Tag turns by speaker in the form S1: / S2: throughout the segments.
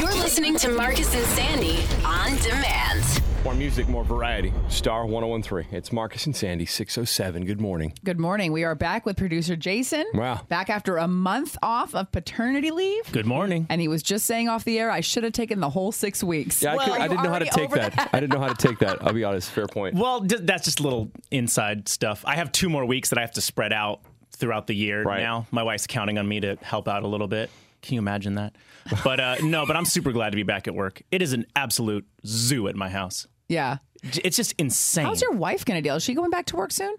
S1: You're listening to Marcus and Sandy on demand.
S2: More music, more variety. Star 1013. It's Marcus and Sandy, 607. Good morning.
S3: Good morning. We are back with producer Jason.
S2: Wow.
S3: Back after a month off of paternity leave.
S4: Good morning.
S3: And he was just saying off the air, I should have taken the whole six weeks.
S2: Yeah, I, could,
S3: Are
S2: I
S3: you
S2: didn't know how to
S3: already
S2: take
S3: over
S2: that. I didn't know how to take that. I'll be honest. Fair point.
S4: Well, d- that's just a little inside stuff. I have two more weeks that I have to spread out throughout the year
S2: Right.
S4: now. My wife's counting on me to help out a little bit. Can you imagine that? But uh, no, but I'm super glad to be back at work. It is an absolute zoo at my house.
S3: Yeah.
S4: J- It's just insane.
S3: How's
S2: Hmm.
S3: your wife going to deal? Is she going back to work soon?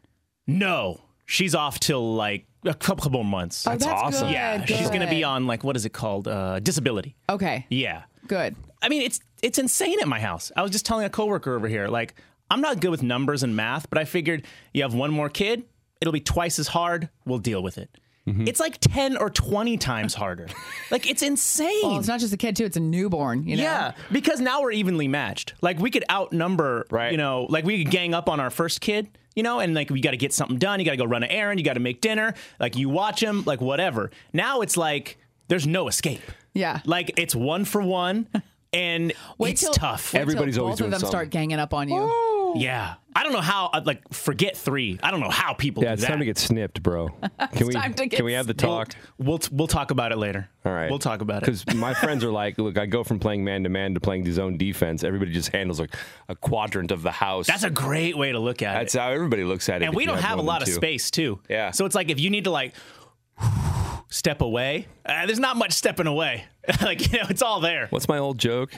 S4: no, she's off till like a couple, couple months.
S3: That's,
S2: awesome.
S3: Oh, good,
S4: yeah, she's going to be
S3: good.
S4: on like, what is it called? Uh, disability.
S3: Okay.
S4: Yeah.
S3: Good.
S2: Hmm.
S4: I mean, it's it's insane at my house. I was just telling a coworker over here, like, I'm not good with numbers and math, but I figured you have one more kid, it'll be twice as hard. We'll deal with it.
S3: Mm-hmm.
S4: It's like 10 or 20 times harder. like, it's insane.
S3: Well, it's not just a kid, too. It's a newborn, you know?
S4: Yeah, because now we're evenly matched. Like we could outnumber,
S2: Right.
S4: you know, like we could gang up on our first kid, you know, and like we got to get something done. You got to go run an errand. You got to make dinner. Like you watch him, like whatever. Now it's like there's no escape.
S3: Yeah.
S4: Like it's one for one, and
S3: Wait
S4: it's
S3: till- Oh.
S4: tough.
S3: wait
S2: Everybody's
S3: till
S2: always
S3: both of
S2: doing
S3: them
S2: something.
S3: start ganging up on you.
S4: Yeah, I don't know how. I'd, Like forget three. I don't know how people.
S2: yeah,
S4: do
S2: it's
S4: that.
S2: time to get snipped, bro. Can we
S3: time to get
S2: can we have the talk?
S4: We'll we'll talk about it later.
S2: All right.
S4: we'll talk about it.
S2: Because my friends are like, look, I go from playing man to man to playing the zone defense. Everybody just handles like a quadrant of the house.
S4: That's a great way to look at it.
S2: That's how everybody looks at it.
S4: and
S2: if
S4: we
S2: you
S4: don't have, a
S2: more
S4: lot of
S2: than two.
S4: space too.
S2: Yeah.
S4: So it's like if you need to like step away, uh, there's not much stepping away. like you know, it's all there.
S2: What's my old joke?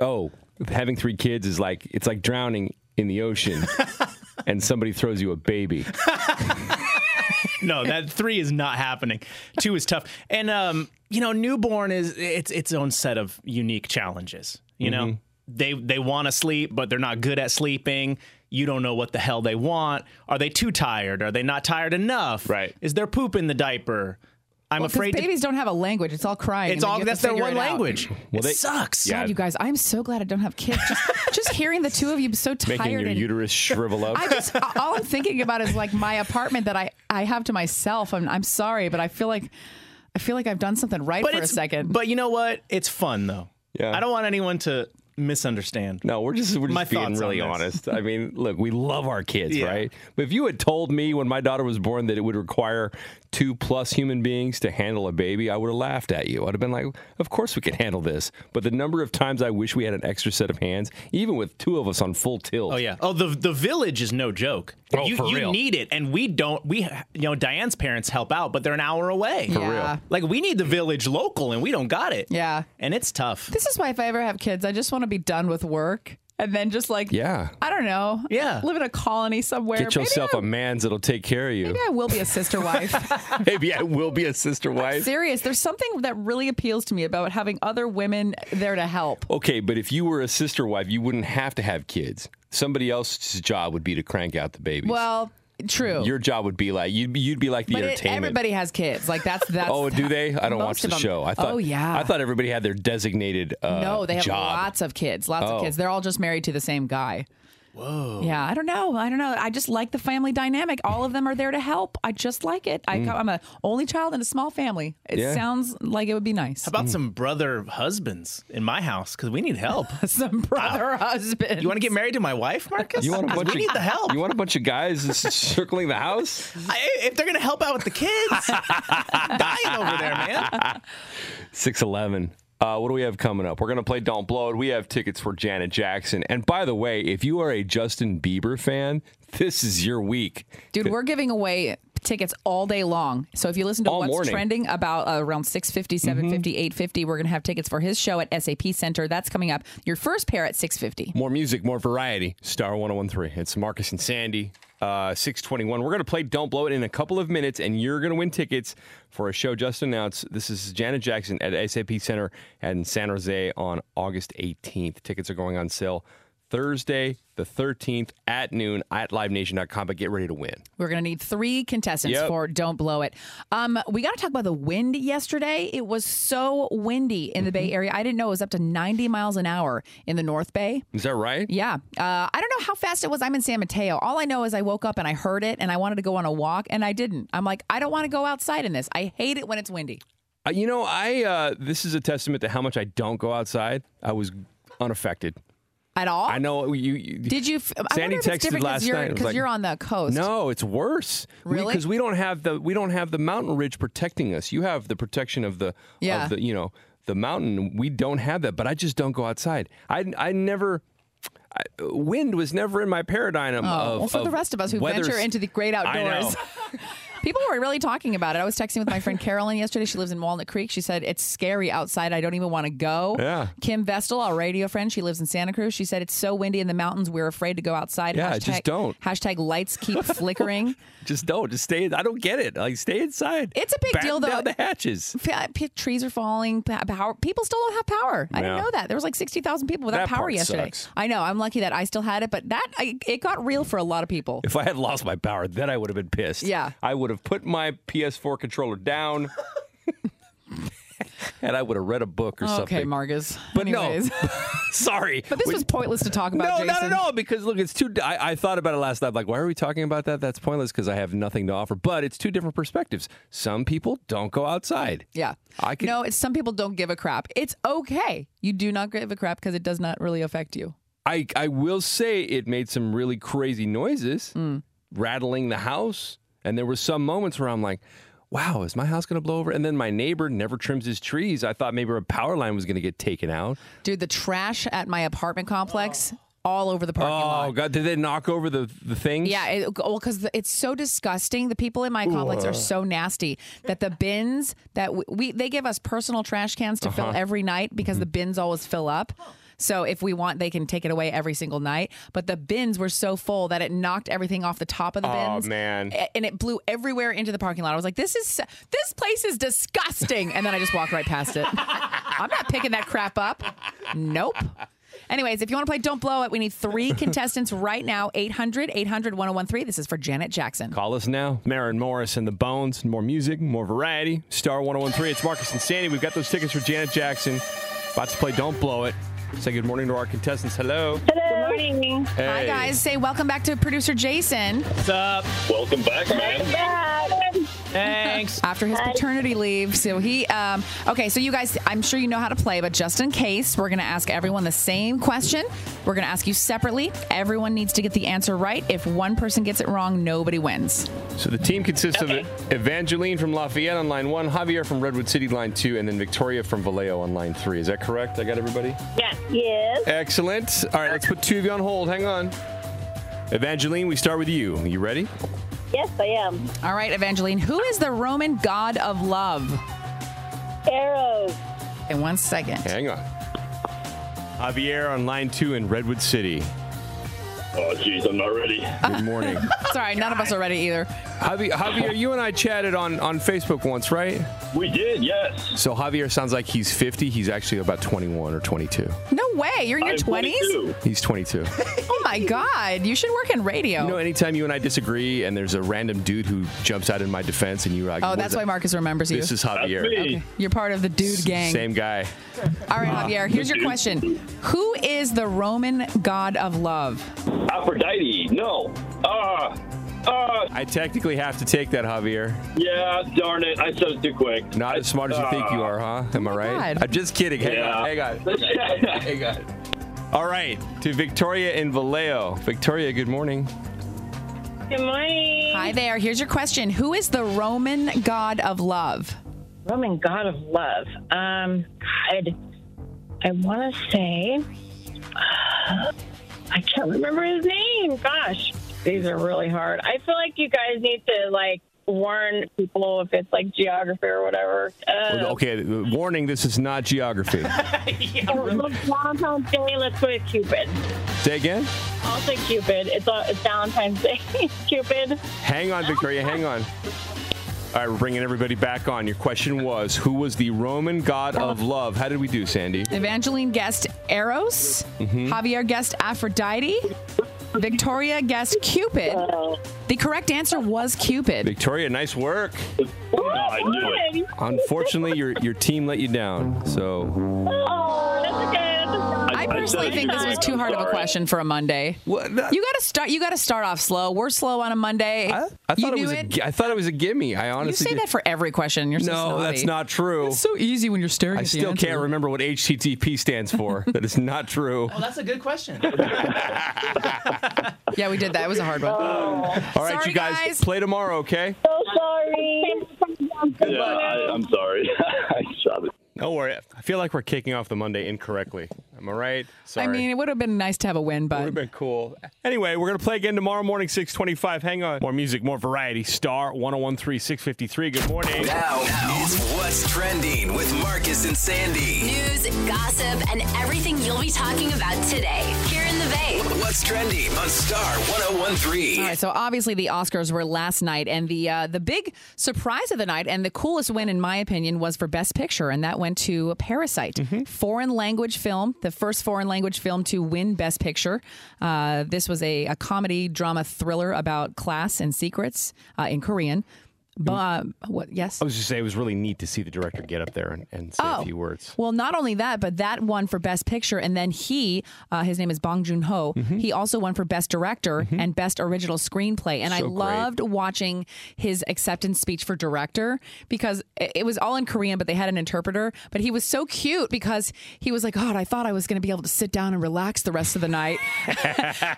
S2: Oh, having three kids is like it's like drowning in the ocean, and somebody throws you a baby.
S4: No, that three is not happening. Two is tough, and um, you know, newborn is it's its own set of unique challenges. You
S2: Mm-hmm.
S4: know, they they want to sleep, but they're not good at sleeping. You don't know what the hell they want. Are they too tired? Are they not tired enough?
S2: Right.
S4: Is there poop in the diaper? I'm
S3: Because
S4: afraid to-
S3: babies don't have a language. It's all crying.
S4: it's
S3: and then you
S4: all
S3: have
S4: that's
S3: to
S4: their
S3: figure
S4: one
S3: it out.
S4: language.
S2: Well,
S4: it
S2: they-
S4: sucks.
S2: Yeah.
S3: God, you guys, I'm so glad I don't have kids. Just, just hearing the two of you so tired.
S2: Making your
S3: and-
S2: uterus shrivel up.
S3: I just all I'm thinking about is like my apartment that I I have to myself. I'm I'm sorry, but I feel like I feel like I've done something right for a
S4: it's-
S3: second.
S4: But you know what? It's fun though.
S2: Yeah.
S4: I don't want anyone to misunderstand.
S2: No, we're just we're just
S4: My
S2: being
S4: thoughts on
S2: really
S4: this.
S2: honest. I mean, look, we love our kids,
S4: Yeah.
S2: right? But if you had told me when my daughter was born that it would require two plus human beings to handle a baby, I would have laughed at you. I'd have been like, "Of course we can handle this." But the number of times I wish we had an extra set of hands, even with two of us on full tilt.
S4: Oh yeah. Oh, the the village is no joke.
S2: Oh,
S4: you
S2: for
S4: you
S2: real.
S4: need it, and we don't. We you know Diane's parents help out, but they're an hour away.
S3: For Yeah. real.
S4: Like we need the village local, and we don't got it.
S3: Yeah.
S4: And it's tough.
S3: this is why if I ever have kids, I just want to be done with work and then just like
S2: Yeah.
S3: I don't know,
S4: Yeah.
S3: live in a colony somewhere.
S2: Get yourself a
S3: maybe I,
S2: man's that'll take care of you.
S3: maybe I will be a sister wife.
S2: Maybe I will be a sister wife.
S3: Serious, there's something that really appeals to me about having other women there to help.
S2: Okay, but if you were a sister wife, you wouldn't have to have kids. Somebody else's job would be to crank out the babies.
S3: Well, true.
S2: your job would be like you'd be, you'd be like the
S3: but it,
S2: entertainment.
S3: everybody has kids. Like that's that's
S2: Oh, do they? I don't watch
S3: Most of
S2: the
S3: 'em.
S2: show. I thought.
S3: Oh, yeah.
S2: I thought everybody had their designated. Uh,
S3: No, they have
S2: job.
S3: lots of kids. Lots of
S2: Oh.
S3: kids. They're all just married to the same guy. Whoa. Yeah, I don't know. I don't know. I just like the family dynamic. All of them are there to help. I just like it. I, I'm a only child in a small family. It
S2: Mm. Yeah.
S3: sounds like it would be nice.
S4: How about some brother husbands in my house? Because we need help.
S3: Some brother husband.
S4: you want to get married to my wife, Marcus?
S2: You want a
S4: 'Cause
S2: bunch
S4: we
S2: of,
S4: need the help.
S2: You want a bunch of guys s- circling the house?
S4: I, if they're gonna help out with the kids, dying over there, man.
S2: Six eleven. Uh, what do we have coming up? We're gonna play Don't Blow It. We have tickets for Janet Jackson. And by the way, if you are a Justin Bieber fan, this is your week.
S3: Dude, we're giving away tickets all day long. So if you listen to
S2: All
S3: what's
S2: morning. Mm-hmm.
S3: trending about uh, around 650, 750, 850, we're going to have tickets for his show at SAP Center. That's coming up. Your first pair at 650.
S2: More music, more variety. Star 1013. It's Marcus and Sandy. uh, 621. We're going to play Don't Blow It in a couple of minutes, and you're going to win tickets for a show just announced. This is Janet Jackson at SAP Center in San Jose on August 18th. Tickets are going on sale Thursday, the 13th at noon at livenation.com, but get ready to win.
S3: We're going to need three contestants
S2: Yep.
S3: for Don't Blow It. Um, we got to talk about the wind yesterday. It was so windy in the Bay
S2: Mm-hmm.
S3: Area. I didn't know it was up to 90 miles an hour in the North Bay.
S2: Is that right?
S3: Yeah. Uh, I don't know how fast it was. I'm in San Mateo. All I know is I woke up and I heard it and I wanted to go on a walk and I didn't. I'm like, I don't want to go outside in this. I hate it when it's windy.
S2: Uh, you know, I uh, this is a testament to how much I don't go outside. I was unaffected.
S3: At all?
S2: I know you. you
S3: Did you? F- I
S2: Sandy
S3: wonder if
S2: texted
S3: it's different 'cause
S2: last
S3: you're,
S2: night. It was
S3: because
S2: like,
S3: you're on the coast.
S2: No, it's worse.
S3: Really?
S2: Because we, don't have the we don't have the mountain ridge protecting us. You have the protection of the
S3: Yeah.
S2: of the you know the mountain. We don't have that. But I just don't go outside. I I never. I, wind was never in my paradigm.
S3: Oh,
S2: of,
S3: well, for the
S2: of
S3: rest of us who
S2: weather-
S3: venture into the great
S2: I know.
S3: outdoors, people were really talking about it. I was texting with my friend Carolyn yesterday. She lives in Walnut Creek. She said it's scary outside. I don't even want to go.
S2: Yeah.
S3: Kim Vestal, our radio friend, she lives in Santa Cruz. She said it's so windy in the mountains. We're afraid to go outside.
S2: Yeah,
S3: hashtag,
S2: just don't.
S3: Hashtag lights keep flickering.
S2: Just don't. Just stay. I don't get it. Like stay inside.
S3: It's a big
S2: Batten
S3: deal, though.
S2: Down the hatches.
S3: P- uh, p- trees are falling. p- Power. People still don't have power. I didn't
S2: Yeah.
S3: know that. There was like sixty thousand people without
S2: That
S3: power
S2: part
S3: yesterday.
S2: sucks.
S3: I know. I'm lucky that I still had it, but that I, it got real for a lot of people.
S2: If I had lost my power, then I would have been pissed.
S3: Yeah.
S2: I would have put my PS4 controller down. And I would have read a book or something.
S3: Okay, Margus.
S2: But no.
S3: Anyways.
S2: Sorry.
S3: But this
S2: We-
S3: was pointless to talk about.
S2: No,
S3: Jason.
S2: not at all. Because look, it's too. I, I thought about it last night. Like, why are we talking about that? That's pointless because I have nothing to offer. But it's two different perspectives. Some people don't go outside.
S3: Yeah.
S2: I could.
S3: No, it's some people don't give a crap. It's okay. You do not give a crap because it does not really affect you.
S2: I I will say it made some really crazy noises,
S3: Mm.
S2: rattling the house, and there were some moments where I'm like. Wow, is my house going to blow over? And then my neighbor never trims his trees. I thought maybe a power line was going to get taken out.
S3: Dude, the trash at my apartment complex all over the
S2: Oh,
S3: parking lot.
S2: God. Did they knock over the, the things?
S3: Yeah, it, well, because it's so disgusting. The people in my complex are so nasty that the bins that we, we they give us personal trash cans to
S2: Uh-huh.
S3: fill every night because
S2: Mm-hmm.
S3: the bins always fill up. So if we want, they can take it away every single night. But the bins were so full that it knocked everything off the top of the
S2: Oh,
S3: bins.
S2: man.
S3: A- And it blew everywhere into the parking lot. I was like, this is this place is disgusting. And then I just walked right past it. I'm not picking that crap up. Nope. Anyways, if you want to play Don't Blow It, we need three contestants right now 800 800 1013. This is for Janet Jackson.
S2: Call us now. Marin Morris and the Bones. More music, more variety. Star 1013. It's Marcus and Sandy. We've got those tickets for Janet Jackson. About to play Don't Blow It. Say good morning to our contestants. Hello.
S5: Good morning.
S3: Hi,
S2: Hey.
S3: guys. Say welcome back to producer Jason
S4: What's up?
S6: Welcome back, man.
S4: Thanks.
S3: after his paternity leave. So he, um, okay, so you guys, I'm sure you know how to play, but just in case, we're going to ask everyone the same question. We're going to ask you separately. Everyone needs to get the answer right. If one person gets it wrong, nobody wins.
S2: So the team consists of Evangeline from Lafayette on line one, Javier from Redwood City line two, and then Victoria from Vallejo on line three. Is that correct? I got everybody?
S5: Yeah. Yes.
S2: Excellent. All right, let's put two of you on hold. Hang on. Evangeline, we start with you. You ready?
S5: Yes, I am.
S3: All right, Evangeline, who is the Roman god of love?
S5: Arrows.
S3: In one second.
S2: Hang on. Javier on line two in Redwood City.
S6: Oh, jeez, I'm not ready.
S3: Uh,
S2: Good morning.
S3: Sorry, none of us are ready either.
S2: Javi- Javier, you and I chatted on, on Facebook once, right?
S6: We did, yes.
S2: So Javier sounds like he's 50. He's actually about 21 or 22.
S3: No way. You're in your
S6: I'm
S3: 20s?
S6: 22.
S2: He's 22.
S3: Oh my God. You should work in radio.
S2: you know, anytime you and I disagree and there's a random dude who jumps out in my defense and you're like,
S3: oh,
S2: "What
S3: that's
S2: is
S3: why
S2: that?"
S3: Marcus remembers you.
S2: This is
S6: That's
S2: Javier.
S6: me.
S3: You're part of the dude gang.
S2: Same guy.
S3: All right, Javier, here's your question Who is the Roman god of love?
S6: Aphrodite, no. Ah, ah,
S2: I technically have to take that, Javier.
S6: yeah, darn it. I said it too quick.
S2: Not as smart as you think you are, huh? Am I right?
S3: Oh God.
S2: I'm just kidding. Hang on.
S6: Yeah.
S2: Hang on. Hang on. All right, to Victoria in Vallejo. Victoria, good morning.
S5: Good morning.
S3: Hi there. Here's your question Who is the Roman god of love?
S5: Roman god of love. Um, God, I want to say, uh, I can't remember his name. Gosh, these are really hard. I feel like you guys need to like warn people if it's like geography or whatever. Uh,
S2: Okay, warning this is not geography.
S5: oh, Valentine's Day. Let's go to Cupid.
S2: Say again?
S5: I'll say Cupid. It's a, it's Valentine's Day. Cupid.
S2: Hang on, Victoria. Hang on. All right, we're bringing everybody back on. Your question was Who was the Roman god of love? How did we do, Sandy?
S3: Evangeline guessed Eros.
S2: Mm-hmm.
S3: Javier guessed Aphrodite. Victoria guessed Cupid. The correct answer was Cupid.
S2: Victoria, nice work.
S5: Oh,
S6: I knew it.
S5: good.
S2: Unfortunately, your your team let you down. So,
S5: Oh, that's okay. That's
S3: I
S6: I
S3: personally
S6: thought
S3: think
S6: you
S3: this
S6: were
S3: was
S6: right.
S3: too hard of a
S6: Sorry.
S3: question for a Monday.
S2: What? No.
S3: You got to start. You got to start off slow. We're slow on a Monday.
S2: I, I
S3: you
S2: thought it
S3: knew
S2: was. A, gi- I thought it was a gimme. I
S3: you
S2: honestly.
S3: say
S2: did-
S3: that for every question. You're so
S2: no,
S3: snobby.
S2: that's not true.
S3: It's so easy when you're staring.
S2: I
S3: at the
S2: still
S3: answer.
S2: can't remember what HTTP stands for. that is not true.
S4: Well, that's a good question.
S3: Yeah, we did that. It was a hard one.
S2: All right,
S3: Sorry,
S2: you guys,
S3: guys.
S2: play tomorrow, okay?
S5: so sorry.
S6: Yeah, I, I'm sorry. I shot it.
S2: No worry. I feel like we're kicking off the Monday incorrectly. Am I right? Sorry.
S3: I mean, it would have been nice to have a win,
S2: would have
S3: but
S2: been cool. Anyway, we're going to play again tomorrow morning, 625. Hang on. More music, more variety. Star 1013 653. Good morning.
S7: Now is what's trending with Marcus and Sandy.
S1: News, gossip, and everything you'll be talking about today here in the Bay.
S7: What's trending on Star 1013?
S3: All right, so obviously the Oscars were last night, and the uh, the big surprise of the night and the coolest win, in my opinion, was for Best Picture, and that went to Parasite,
S2: Mm-hmm.
S3: foreign language film, the first foreign language film to win Best Picture. Uh, this was a, a comedy drama thriller about class and secrets uh, in Korean. But what? Yes.
S2: I was just saying, it was really neat to see the director get up there and, and say a few words.
S3: Oh. Well, not only that, but that won for Best Picture, and then he, uh, his name is Bong Joon Ho,
S2: Mm-hmm.
S3: he also won for Best Director and Best Original Screenplay. And I loved watching his acceptance speech for director because it it was all in Korean, but they had an interpreter. But he was so cute because he was like, "God, I thought I was going to be able to sit down and relax the rest of the night."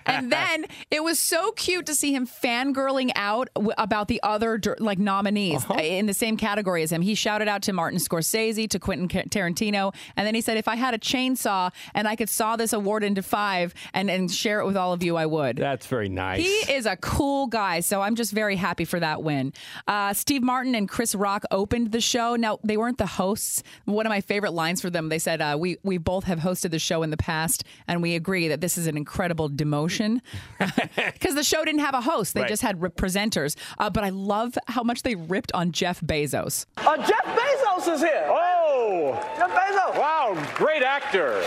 S3: and then it was so cute to see him fangirling out w- about the other dir- like nominees uh, in the same category as him. He shouted out to Martin Scorsese, to Quentin Ca- Tarantino, and then he said, "If I had a chainsaw and I could saw this award into five and and share it with all of you, I would."
S2: That's very nice.
S3: He is a cool guy, so I'm just very happy for that win. Uh, Steve Martin and Chris Rock opened the show. Now they weren't the hosts. One of my favorite lines for them. They said, uh, "We we both have hosted the show in the past, and we agree that this is an incredible demotion because the show didn't have a host; they
S2: Right.
S3: just had re- presenters." Uh, but I love how much they ripped on Jeff Bezos.
S8: Uh, Jeff Bezos is here.
S9: Oh,
S8: Jeff Bezos.
S9: wow, great actor.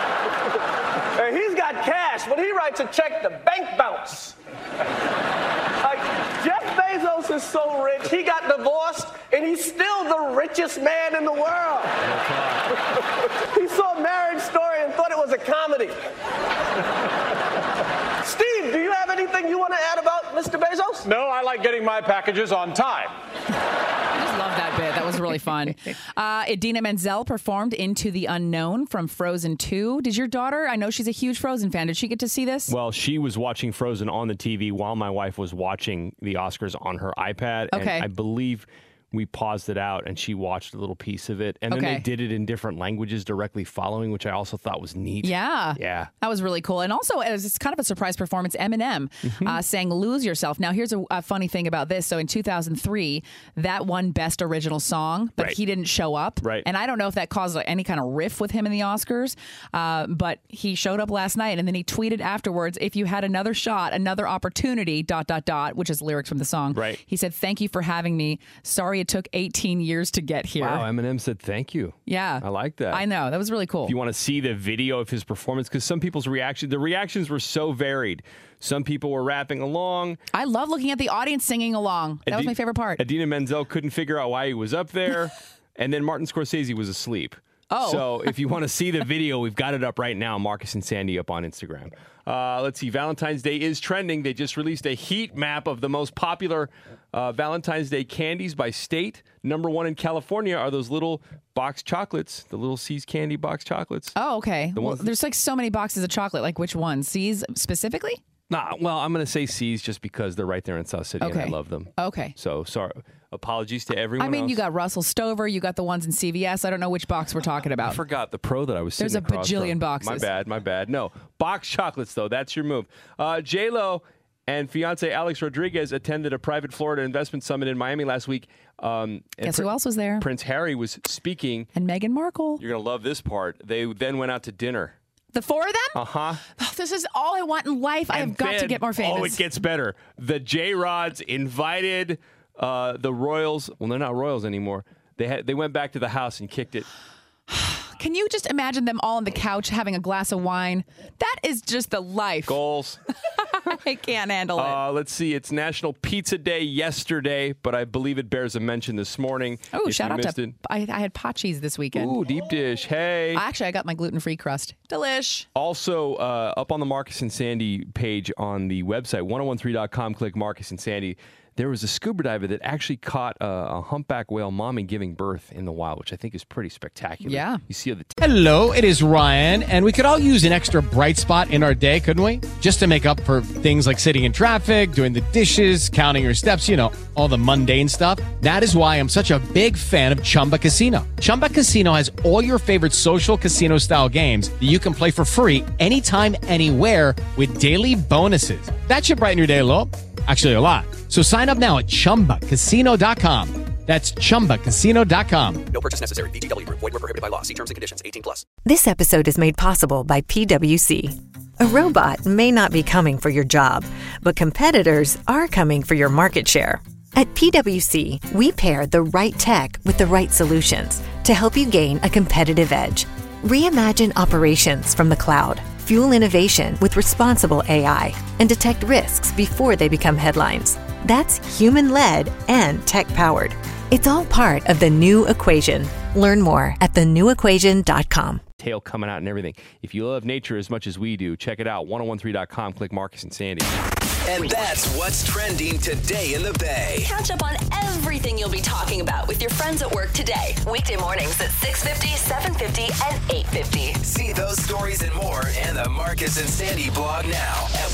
S8: Uh, he's got cash, but he writes a check to bank bounce. like, Jeff Bezos is so rich, he got divorced, and he's still the richest man in the world. he saw a marriage story and thought it was a comedy. Steve, do you have anything you want to add about Mr. Bezos?
S9: No, I like getting my packages on time.
S3: I just love that bit. That was really fun. Uh, Idina Menzel performed Into the Unknown from Frozen 2. Did your daughter, I know she's a huge Frozen fan, did she get to see this?
S2: Well, she was watching Frozen on the TV while my wife was watching the Oscars on her iPad.
S3: Okay.
S2: And I believe we paused it out and she watched a little piece of it. And then
S3: Okay.
S2: they did it in different languages directly following, which I also thought was neat.
S3: yeah.
S2: Yeah.
S3: That was really cool. And also, it was it's kind of a surprise performance. Eminem
S2: Mm-hmm.
S3: uh, sang Lose Yourself. Now, here's a, a funny thing about this. So, in 2003, that won Best Original Song, but
S2: Right.
S3: he didn't show up.
S2: Right.
S3: And I don't know if that caused like, any kind of riff with him in the Oscars, uh, but he showed up last night and then he tweeted afterwards if you had another shot, another opportunity, dot, dot, dot, which is lyrics from the song.
S2: Right.
S3: He said, Thank you for having me. Sorry it took 18 years to get here.
S2: Wow, Eminem said thank you.
S3: Yeah.
S2: I like that.
S3: I know. That was really cool.
S2: If you want to see the video of his performance, because some people's reaction, the reactions were so varied. Some people were rapping along.
S3: I love looking at the audience singing along. That was
S2: Adi-
S3: my favorite part.
S2: Adina Menzel couldn't figure out why he was up there, and then Martin Scorsese was asleep.
S3: Oh.
S2: So if you want to see the video, we've got it up right now. Marcus and Sandy up on Instagram. Uh, let's see. Valentine's Day is trending. They just released a heat map of the most popular uh, Valentine's Day candies by state. Number one in California are those little box chocolates, the little C's candy box chocolates.
S3: Oh, okay. well,
S2: ones-
S3: there's like so many boxes of chocolate. Like which one? C's specifically?
S2: Nah, well, I'm going to say C's just because they're right there in South City and I
S3: Okay.
S2: love them.
S3: Okay.
S2: So sorry. Apologies to everyone.
S3: I mean, you
S2: else.
S3: got Russell Stover. You got the ones in CVS. I don't know which box we're talking
S2: I
S3: about.
S2: forgot the pro that I was sitting
S3: There's a
S2: across
S3: bajillion
S2: from.
S3: boxes.
S2: My bad, my bad. No. Box chocolates, though. That's your move. Uh, J-Lo and fiance Alex Rodriguez attended a private Florida investment summit in Miami last week. Um, and
S3: Guess
S2: Prin-
S3: who else was there?
S2: Prince Harry was speaking.
S3: and Meghan Markle.
S2: You're going to love this part. They then went out to dinner.
S3: The four of them?
S2: Uh huh.
S3: Oh, this is all I want in life. I have got to
S2: then-
S3: get more famous.
S2: Oh, it gets better. The J Rods invited uh, the Royals. Well, they're not Royals anymore. They had they went back to the house and kicked it.
S3: Can you just imagine them all on the couch having a glass of wine? That is just the life.
S2: Goals.
S3: I can't handle it.
S2: Uh, let's see. It's National Pizza Day yesterday, but I believe it bears a mention this morning.
S3: Oh,
S2: If
S3: shout
S2: you
S3: out
S2: missed
S3: to
S2: it-
S3: I, I had Pachi's this weekend.
S2: Ooh, deep dish. Hey.
S3: Actually, I got my gluten-free crust. Delish.
S2: Also, uh, up on the Marcus and Sandy page on the website, 1013.com, click Marcus and Sandy. There was a scuba diver that actually caught a, a humpback whale mommy giving birth in the wild, which I think is pretty spectacular.
S10: Yeah.
S2: You see the
S10: Hello, it is Ryan, and we could all use an extra bright spot in our day, couldn't we? Just to make up for things like sitting in traffic, doing the dishes, counting your steps, you know, all the mundane stuff. That is why I'm such a big fan of Chumba Casino. Chumba Casino has all your favorite social casino style games that you can play for free anytime, anywhere with daily bonuses. That should brighten your day a little. Actually, a lot. So sign up now at chumbacasino.com. That's chumbacasino.com.
S11: No purchase necessary. VGW Group. Void were prohibited by law. See terms and conditions. 18 plus.
S12: This episode is made possible by PwC. A robot may not be coming for your job, but competitors are coming for your market share. At PwC, we pair the right tech with the right solutions to help you gain a competitive edge. Reimagine operations from the cloud, fuel innovation with responsible AI, and detect risks before they become headlines. That's human led and tech powered. It's all part of the new equation. Learn more at thenewequation.com.
S2: tail coming out and everything. If you love nature as much as we do, check it out. 1013.com, click Marcus and Sandy.
S7: And that's what's trending today in the Bay.
S1: Catch up on everything you'll be talking about with your friends at work today. Weekday mornings at 6.50, 7.50, and 8.50.
S7: See those stories and more in the Marcus and Sandy blog now at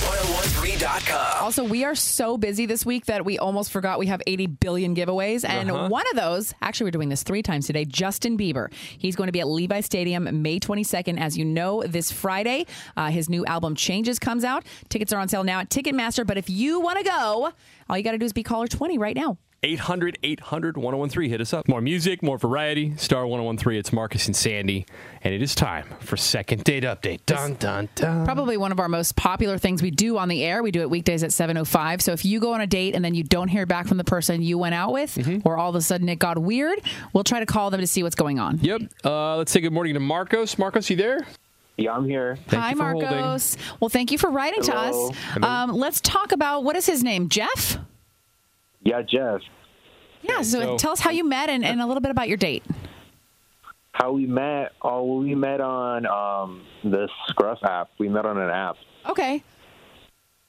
S7: 1013.com.
S3: Also, we are so busy this week that we almost forgot we have 80 billion giveaways. And
S12: Uh-huh.
S3: one of those, actually, we're doing this three times today Justin Bieber. He's going to be at Levi Stadium May 22nd. As you know, this Friday, uh, his new album Changes comes out. Tickets are on sale now at Ticketmaster. But if you want to go, all you got to do is be caller 20 right now.
S2: 800 800 1013. Hit us up. More music, more variety. Star 1013. It's Marcus and Sandy. And it is time for second date update. Dun, dun, dun.
S3: Probably one of our most popular things we do on the air. We do it weekdays at 7.05. So if you go on a date and then you don't hear back from the person you went out with, or all of a sudden it got weird, we'll try to call them to see what's going on.
S2: Yep. Uh, let's say good morning to Marcos. Marcos, you there?
S13: Yeah, I'm here.
S3: Hi, Marcos. Well, thank you for writing
S13: Hello.
S3: to us. Um, let's talk about what is his name? Jeff?
S13: Yeah, Jeff.
S3: Yeah. So,
S13: so-
S3: tell us how you met and, and a little bit about your date.
S13: How we met? Oh, we met on um, the Scruff app. We met on an app.
S3: Okay.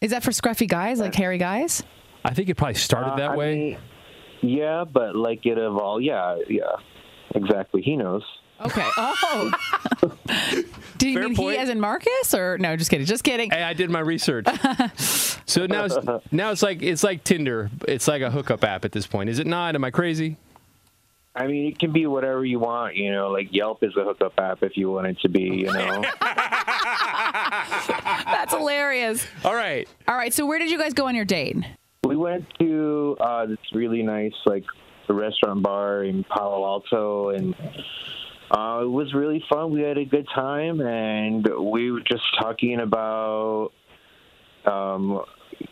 S3: Is that for scruffy guys, like hairy guys?
S2: I think it probably started
S13: that way. Uh, yeah, but like it evolved. Yeah, yeah, exactly. He knows.
S3: Okay. Oh. Do you mean he as in Marcus or no? Just kidding. Just kidding.
S2: Hey, I did my research. so now it's, now it's like it's like Tinder. It's like a hookup app at this point. Is it not? Am I crazy?
S13: I mean, it can be whatever you want. You know, like Yelp is a hookup app if you want it to be. You know.
S3: That's hilarious.
S2: All right.
S3: All right. So where did you guys go on your date?
S13: We went to uh, this really nice like restaurant bar in Palo Alto, and uh, it was really fun. We had a good time, and we were just talking about, um,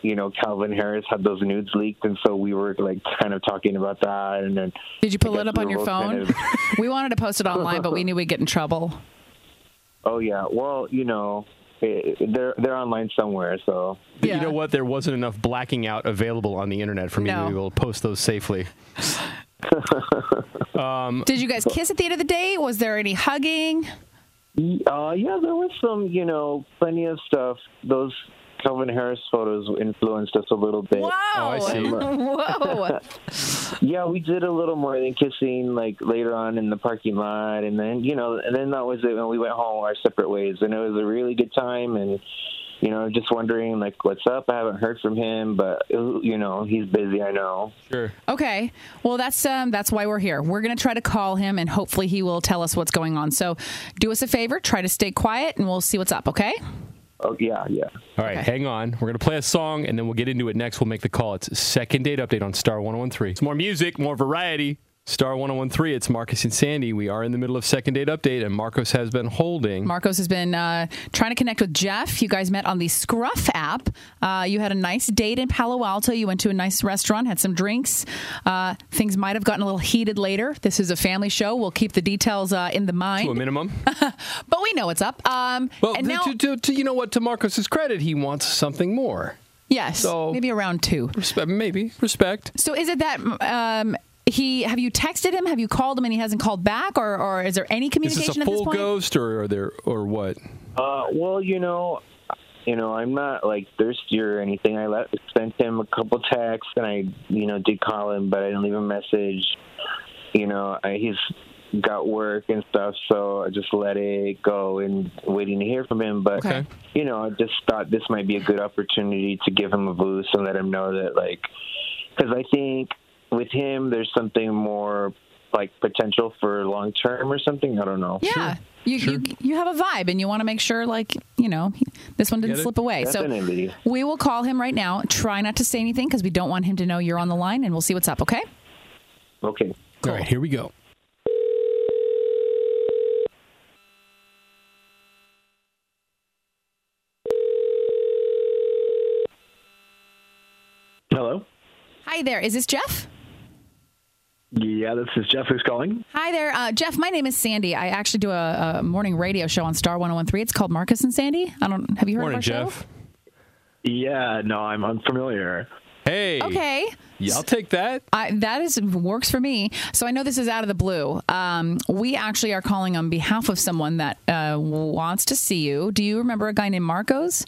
S13: you know, Calvin Harris had those nudes leaked, and so we were like kind of talking about that, and then
S3: Did you pull
S13: I
S3: it
S13: guess
S3: up on
S13: we
S3: your
S13: were both kind
S3: phone?
S13: of-
S3: we wanted to post it online, but we knew we'd get in trouble.
S13: oh yeah, well you know, it, it- they're they're online somewhere, so
S2: But You know what? There wasn't enough blacking out available on the internet for me to be able to post those safely. um,
S3: Did you guys kiss at the end of the date? Was there any hugging?
S13: Uh, yeah, there was some, you know, plenty of stuff. Those Calvin Harris photos influenced us a little bit. Wow.
S3: Whoa.
S13: yeah, we did a little more than kissing, like later on in the parking lot, and then you know, and then that was it when we went home our separate ways, and it was a really good time, and you know, just wondering like what's up. I haven't heard from him, but you know, he's busy. I know.
S2: Sure.
S3: Okay. Well, that's um, that's why we're here. We're gonna try to call him, and hopefully, he will tell us what's going on. So, do us a favor. Try to stay quiet, and we'll see what's up. Okay.
S13: Oh yeah, yeah.
S2: All right, hang on. We're going to play a song oh and then we'll get into it next. We'll make the call. It's second date update on Star 1013. It's more music, more variety, Star 1013, it's Marcus and Sandy. We are in the middle of second date update, and Marcos has been holding.
S3: Marcos has been uh, trying to connect with Jeff. You guys met on the Scruff app. Uh, you had a nice date in Palo Alto. You went to a nice restaurant, had some drinks. Uh, things might have gotten a little heated later. This is a family show. We'll keep the details uh, in the mind.
S2: To a minimum.
S3: but we know what's up. Um,
S2: Well,
S3: and now,
S2: to, to, to, you know what? To Marcos's credit, he wants something more.
S3: yes, maybe around two.
S2: Respect, maybe respect.
S3: So is it that um, he? Have you texted him? Have you called him and he hasn't called back? Or, or is there any
S2: Is this
S3: communication
S2: a
S3: at this
S2: full
S3: point?
S2: ghost, or are there, or what?
S13: Uh, well, you know, you know, I'm not like thirsty or anything. I let, sent him a couple texts, and I, you know, did call him, but I didn't leave a message. You know, I, he's got work and stuff, so I just let it go and waiting to hear from him. But you know, I just thought this might be a good opportunity to give him a boost and let him know that, like, because I think with him, there's something more like potential for long term or something. I don't know.
S3: Yeah. You, you you have a vibe and you want to make sure like you know he- this one didn't
S13: Get it?
S3: slip away.
S13: Definitely.
S3: So we will call him right now. Try not to say anything because we don't want him to know you're on the line, and we'll see what's up. Okay.
S13: Okay.
S2: All right, here we go.
S14: Hello.
S3: Hi there. Is this Jeff?
S14: Yeah, this is Jeff who's calling.
S3: Hi there, uh, Jeff. My name is Sandy. I actually do a, a morning radio show on Star 101.3. It's called Marcus and Sandy. I don't have you heard of our show?
S14: Yeah, no, I'm unfamiliar.
S2: Hey.
S3: Okay.
S2: Yeah, I'll take that.
S3: I, that is works for me. So I know this is out of the blue. Um, we actually are calling on behalf of someone that uh, wants to see you. Do you remember a guy named Marcos?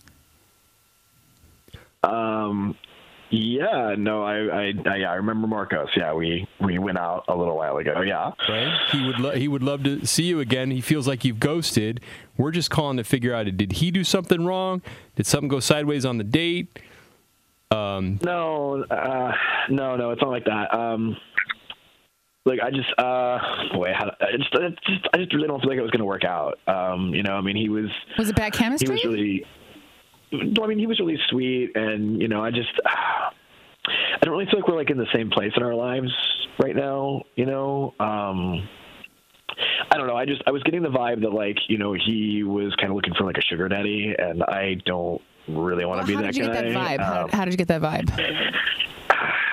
S14: Um, yeah, no, I, I, I, yeah, I remember Marcos. Yeah, we, we went out a little while ago. Yeah.
S2: Right? He would lo- he would love to see you again. He feels like you've ghosted. We're just calling to figure out did he do something wrong? Did something go sideways on the date? Um,
S14: No, uh, no, no, it's not like that. Um, like I just, uh, boy, how, I just, I just, I just really don't feel like it was going to work out. Um, you know, I mean, he was,
S3: Was it bad
S14: he
S3: chemistry?
S14: was really, well, I mean, he was really sweet, and you know, I just, I don't really feel like we're like in the same place in our lives right now. You know, um, I don't know. I just, I was getting the vibe that like, you know, he was kind of looking for like a sugar daddy, and I don't really want to be
S3: How
S14: that
S3: did you
S14: guy.
S3: get that vibe?
S14: Um,
S3: how, how did you get that vibe?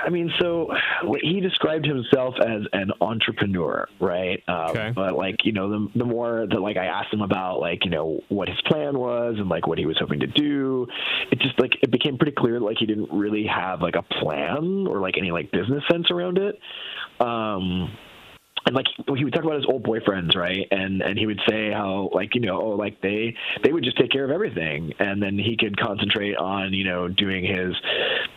S14: I mean, so what- he described himself as an entrepreneur, right? Um, But like, you know, the the more that like I asked him about like, you know, what his plan was and like what he was hoping to do, it just like it became pretty clear like he didn't really have like a plan or like any like business sense around it. Um, and like he would talk about his old boyfriends, right? And and he would say how like you know oh like they they would just take care of everything, and then he could concentrate on you know doing his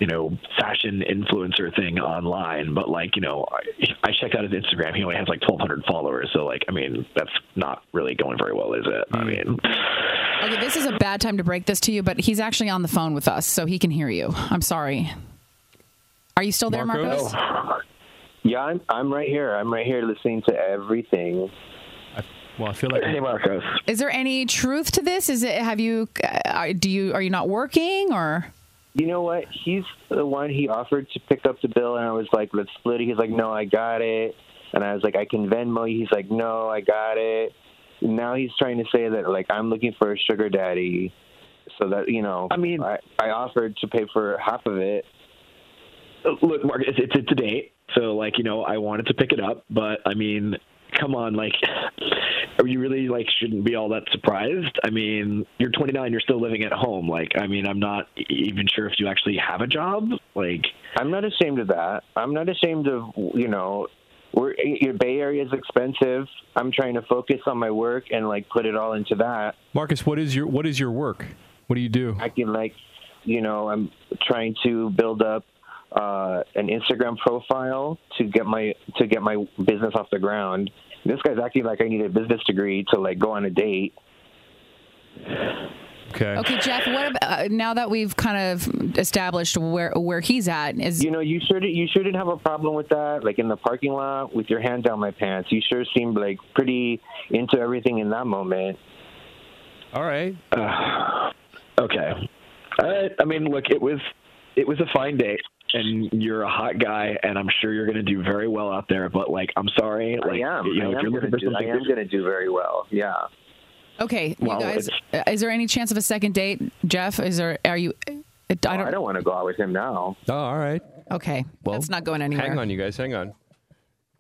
S14: you know fashion influencer thing online. But like you know I, I checked out his Instagram, he only has like 1,200 followers. So like I mean that's not really going very well, is it? I
S13: Hmm.
S14: mean
S3: Okay, this is a bad time to break this to you, but he's actually on the phone with us, so he can hear you. I'm sorry. Are you still there, Marcos?
S13: Yeah, I'm, I'm right here. I'm right here listening to everything.
S2: well, I feel like.
S13: Hey,
S14: Marcos.
S3: Is there any truth to this? Is it have you uh, are- do you are you not working or
S13: You know what? He's the one he offered to pick up the bill, and I was like, let's split it. He's like, no, I got it. And I was like, I can Venmo you. He's like, no, I got it. Now he's trying to say that, like, I'm looking for a sugar daddy. So that, you know, I mean, I, I offered to pay for half of it.
S14: look, Mark, it's, it's it's a date, so like you know, I wanted to pick it up, but I mean, come on, like, you really like shouldn't be all that surprised. I mean, you're 29, you're still living at home. Like, I mean, I'm not e- even sure if you actually have a job. Like,
S13: I'm not ashamed of that. I'm not ashamed of you know, we're your Bay Area is expensive. I'm trying to focus on my work and like put it all into that.
S2: Marcus, what is your what is your work? What do you do?
S13: I can like, you know, I'm trying to build up uh, an Instagram profile to get my to get my business off the ground. This guy's acting like I need a business degree to like go on a date.
S2: Okay.
S3: Okay, Jeff, what about, uh, now that we've kind of established where where he's at is
S13: You know, you sure did, you sure didn't have a problem with that. Like in the parking lot with your hand down my pants. You sure seemed like pretty into everything in that moment.
S2: all right.
S14: okay. I, I mean, look, it was it was a fine date. and you're a hot guy, and I'm sure you're going to do very well out there. But like, I'm sorry, like,
S13: I am.
S14: you know,
S13: I
S14: if
S13: am
S14: you're
S13: gonna
S14: looking for
S13: do- I
S14: something,
S13: am going to do very well. Yeah.
S3: Okay,
S13: Well,
S3: you guys, uh, is there any chance of a second date, Jeff? Is there? Are you? uh, I don't.
S13: I don't want to go out with him now.
S2: Oh, all right.
S3: Okay,
S2: Well,
S3: that's not going anywhere.
S2: Hang on, you guys. Hang on.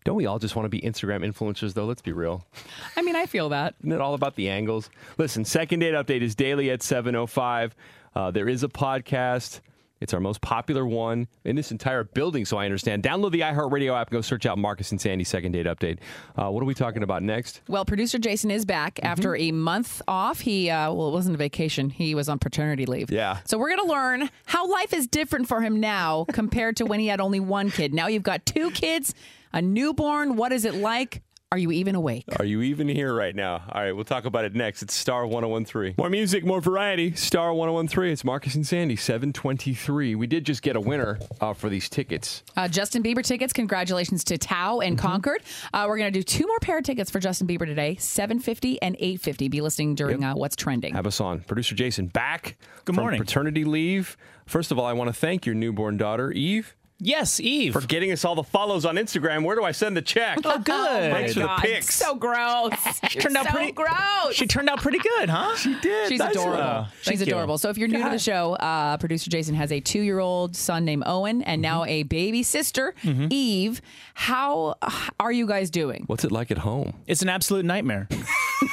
S2: Don't we all just want to be Instagram influencers, though? Let's be real.
S3: I mean, I feel that.
S2: Isn't it all about the angles? Listen, second date update is daily at 7.05. Uh, there is a podcast. It's our most popular one in this entire building, so I understand. Download the iHeartRadio app and go search out Marcus and Sandy second date update. Uh, what are we talking about next?
S3: Well, producer Jason is back
S2: Mm-hmm.
S3: after a month off. He uh, well, it wasn't a vacation. He was on paternity leave.
S2: Yeah.
S3: So we're gonna learn how life is different for him now compared to when he had only one kid. Now you've got two kids, a newborn. What is it like? Are you even awake?
S2: Are you even here right now? All right, we'll talk about it next. It's Star 1013. More music, more variety. Star 1013. It's Marcus and Sandy, 723. We did just get a winner uh, for these tickets.
S3: Uh, Justin Bieber tickets. Congratulations to Tao and
S2: Mm-hmm.
S3: Concord. Uh, we're gonna do two more pair of tickets for Justin Bieber today: seven fifty and eight fifty. Be listening during uh, what's trending.
S2: Have us on. Producer Jason back. Good morning. Paternity leave. First of all, I want to thank your newborn daughter, Eve.
S4: Yes, Eve.
S2: For getting us all the follows on Instagram. Where do I send the check?
S4: Oh, good.
S2: Thanks for the
S4: God,
S2: pics.
S3: So gross. You're
S4: Turned out
S3: so
S4: pretty-
S3: gross.
S4: She turned out pretty good, huh? She did.
S3: She's adorable. She's adorable. So if you're new to the show, uh, producer Jason has a two-year-old son named Owen, and now
S4: Mm-hmm.
S3: a baby sister, Eve. How uh, are you guys doing?
S2: What's it like at home?
S4: It's an absolute nightmare.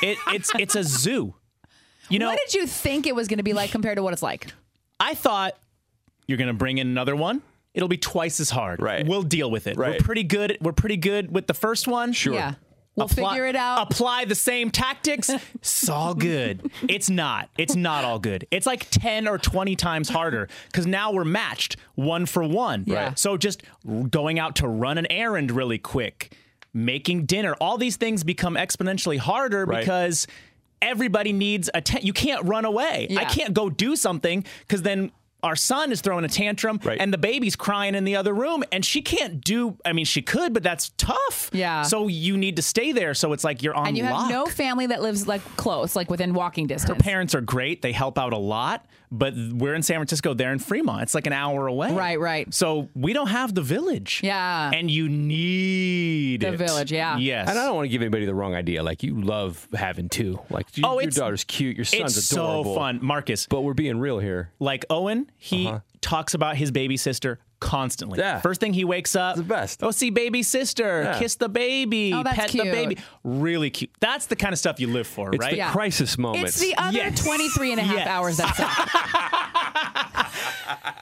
S4: it, it's it's a zoo. You know,
S3: what did you think it was going to be like compared to what it's like?
S4: I thought you're going to bring in another one. It'll be twice as hard. Right. We'll deal with it. We're
S2: Right.
S4: pretty good. We're pretty good with the first one. Sure.
S3: Yeah. We'll figure it out.
S4: Apply the same tactics. It's all good. It's not. It's not all good. It's like 10 or 20 times harder because now we're matched one for one.
S3: Yeah. Right.
S4: So just r- going out to run an errand really quick, making dinner, all these things become exponentially harder
S2: Right.
S4: because everybody needs a tent. You can't run away. I
S2: Yeah.
S4: can't go do something because then our son is throwing a tantrum and the baby's crying in the other room and she can't do I mean she could but that's tough.
S3: Yeah.
S4: So you need to stay there so it's like you're on
S3: and you have
S4: lock.
S3: no family that lives like close, like within walking distance.
S4: Her parents are great. They help out a lot, but we're in San Francisco, they're in Fremont. It's like an hour away. Right,
S3: right.
S4: So we don't have the village.
S3: Yeah.
S4: And you need
S3: The
S4: it.
S3: village, yeah.
S4: Yes.
S2: And I don't want to give anybody the wrong idea. Like you love having two. Like you-
S4: Oh,
S2: your
S4: it's-
S2: daughter's cute. Your son's
S4: it's so
S2: adorable.
S4: fun. Marcus.
S2: But Uh-huh. we're being real here.
S4: Like Owen, he talks about his baby sister constantly. Yeah. First thing he wakes up, the best. Oh, see baby sister,
S2: Yeah.
S4: kiss the baby,
S3: Oh, that's
S4: pet the
S3: cute.
S4: baby. Really cute. That's the kind of stuff you live for,
S2: It's
S4: right?
S2: the crisis moment.
S3: It's the other
S4: Yes.
S3: 23 and a half
S4: Yes.
S3: hours that's up.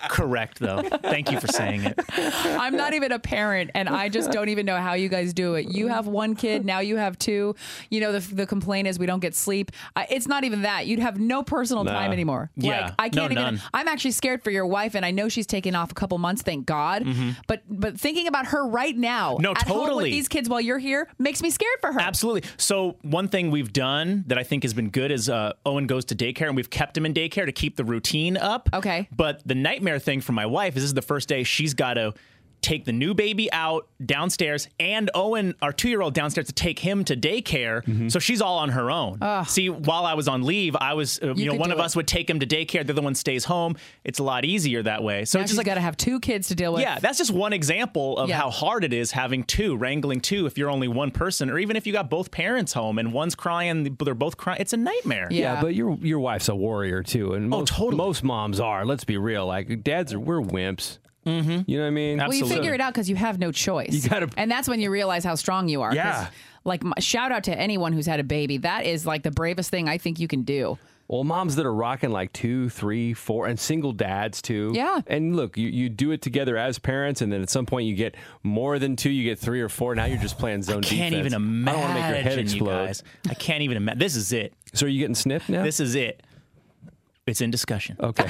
S4: Correct though. Thank you for saying it.
S3: I'm not even a parent, and I just don't even know how you guys do it. You have one kid, now you have two. You know, the, the complaint is we don't get sleep. Uh, it's not even that. You'd have no personal
S4: Nah.
S3: time anymore.
S4: Yeah.
S3: Like, I
S4: No,
S3: can't even.
S4: none.
S3: I'm actually scared for your wife, and I know she's taken off a couple months, thank God.
S4: Mhm.
S3: But but thinking about her right now,
S4: No,
S3: at home with
S4: totally.
S3: these kids while you're here, makes me scared for her.
S4: Absolutely. So one thing we've done that I think has been good is uh, Owen goes to daycare, and we've kept him in daycare to keep the routine up. Okay. But the nightmare thing for my wife is this is the first day she's got to take the new baby out downstairs and Owen, our two-year-old, downstairs to take him to daycare. So she's all on her own. See, while I was on leave, I was uh, you, know
S3: could
S4: one
S3: do
S4: of
S3: it.
S4: us would take him to daycare, the other one stays home. It's a lot easier that way. So
S3: now
S4: it's
S3: she's
S4: just like
S3: got to have two kids to deal with.
S4: yeah, that's just one example of
S3: Yeah.
S4: how hard it is having two, wrangling two if you're only one person, or even if you got both parents home and one's crying, but they're both crying. It's a nightmare.
S2: Yeah, but your your wife's a warrior too, and most, most moms are. Let's be real. Like dads are, we're wimps. Mm-hmm. You know what I mean?
S3: Well, you figure it out because you have no choice.
S2: You gotta-
S3: and that's when you realize how strong you are. 'cause,
S2: Yeah.
S3: Like, m- shout out to anyone who's had a baby. That is like the bravest thing I think you can do.
S2: Well, moms that are rocking like two, three, four, and single dads too.
S3: Yeah.
S2: And look, you, you do it together as parents, and then at some point you get more than two, you get three or four. Now you're just playing zone
S4: can't
S2: defense.
S4: even
S2: I don't want to make your head
S4: imagine, you
S2: explode.
S4: guys. I can't even imagine. This is it.
S2: So are you getting sniffed now?
S4: This is it. It's in discussion.
S2: Okay.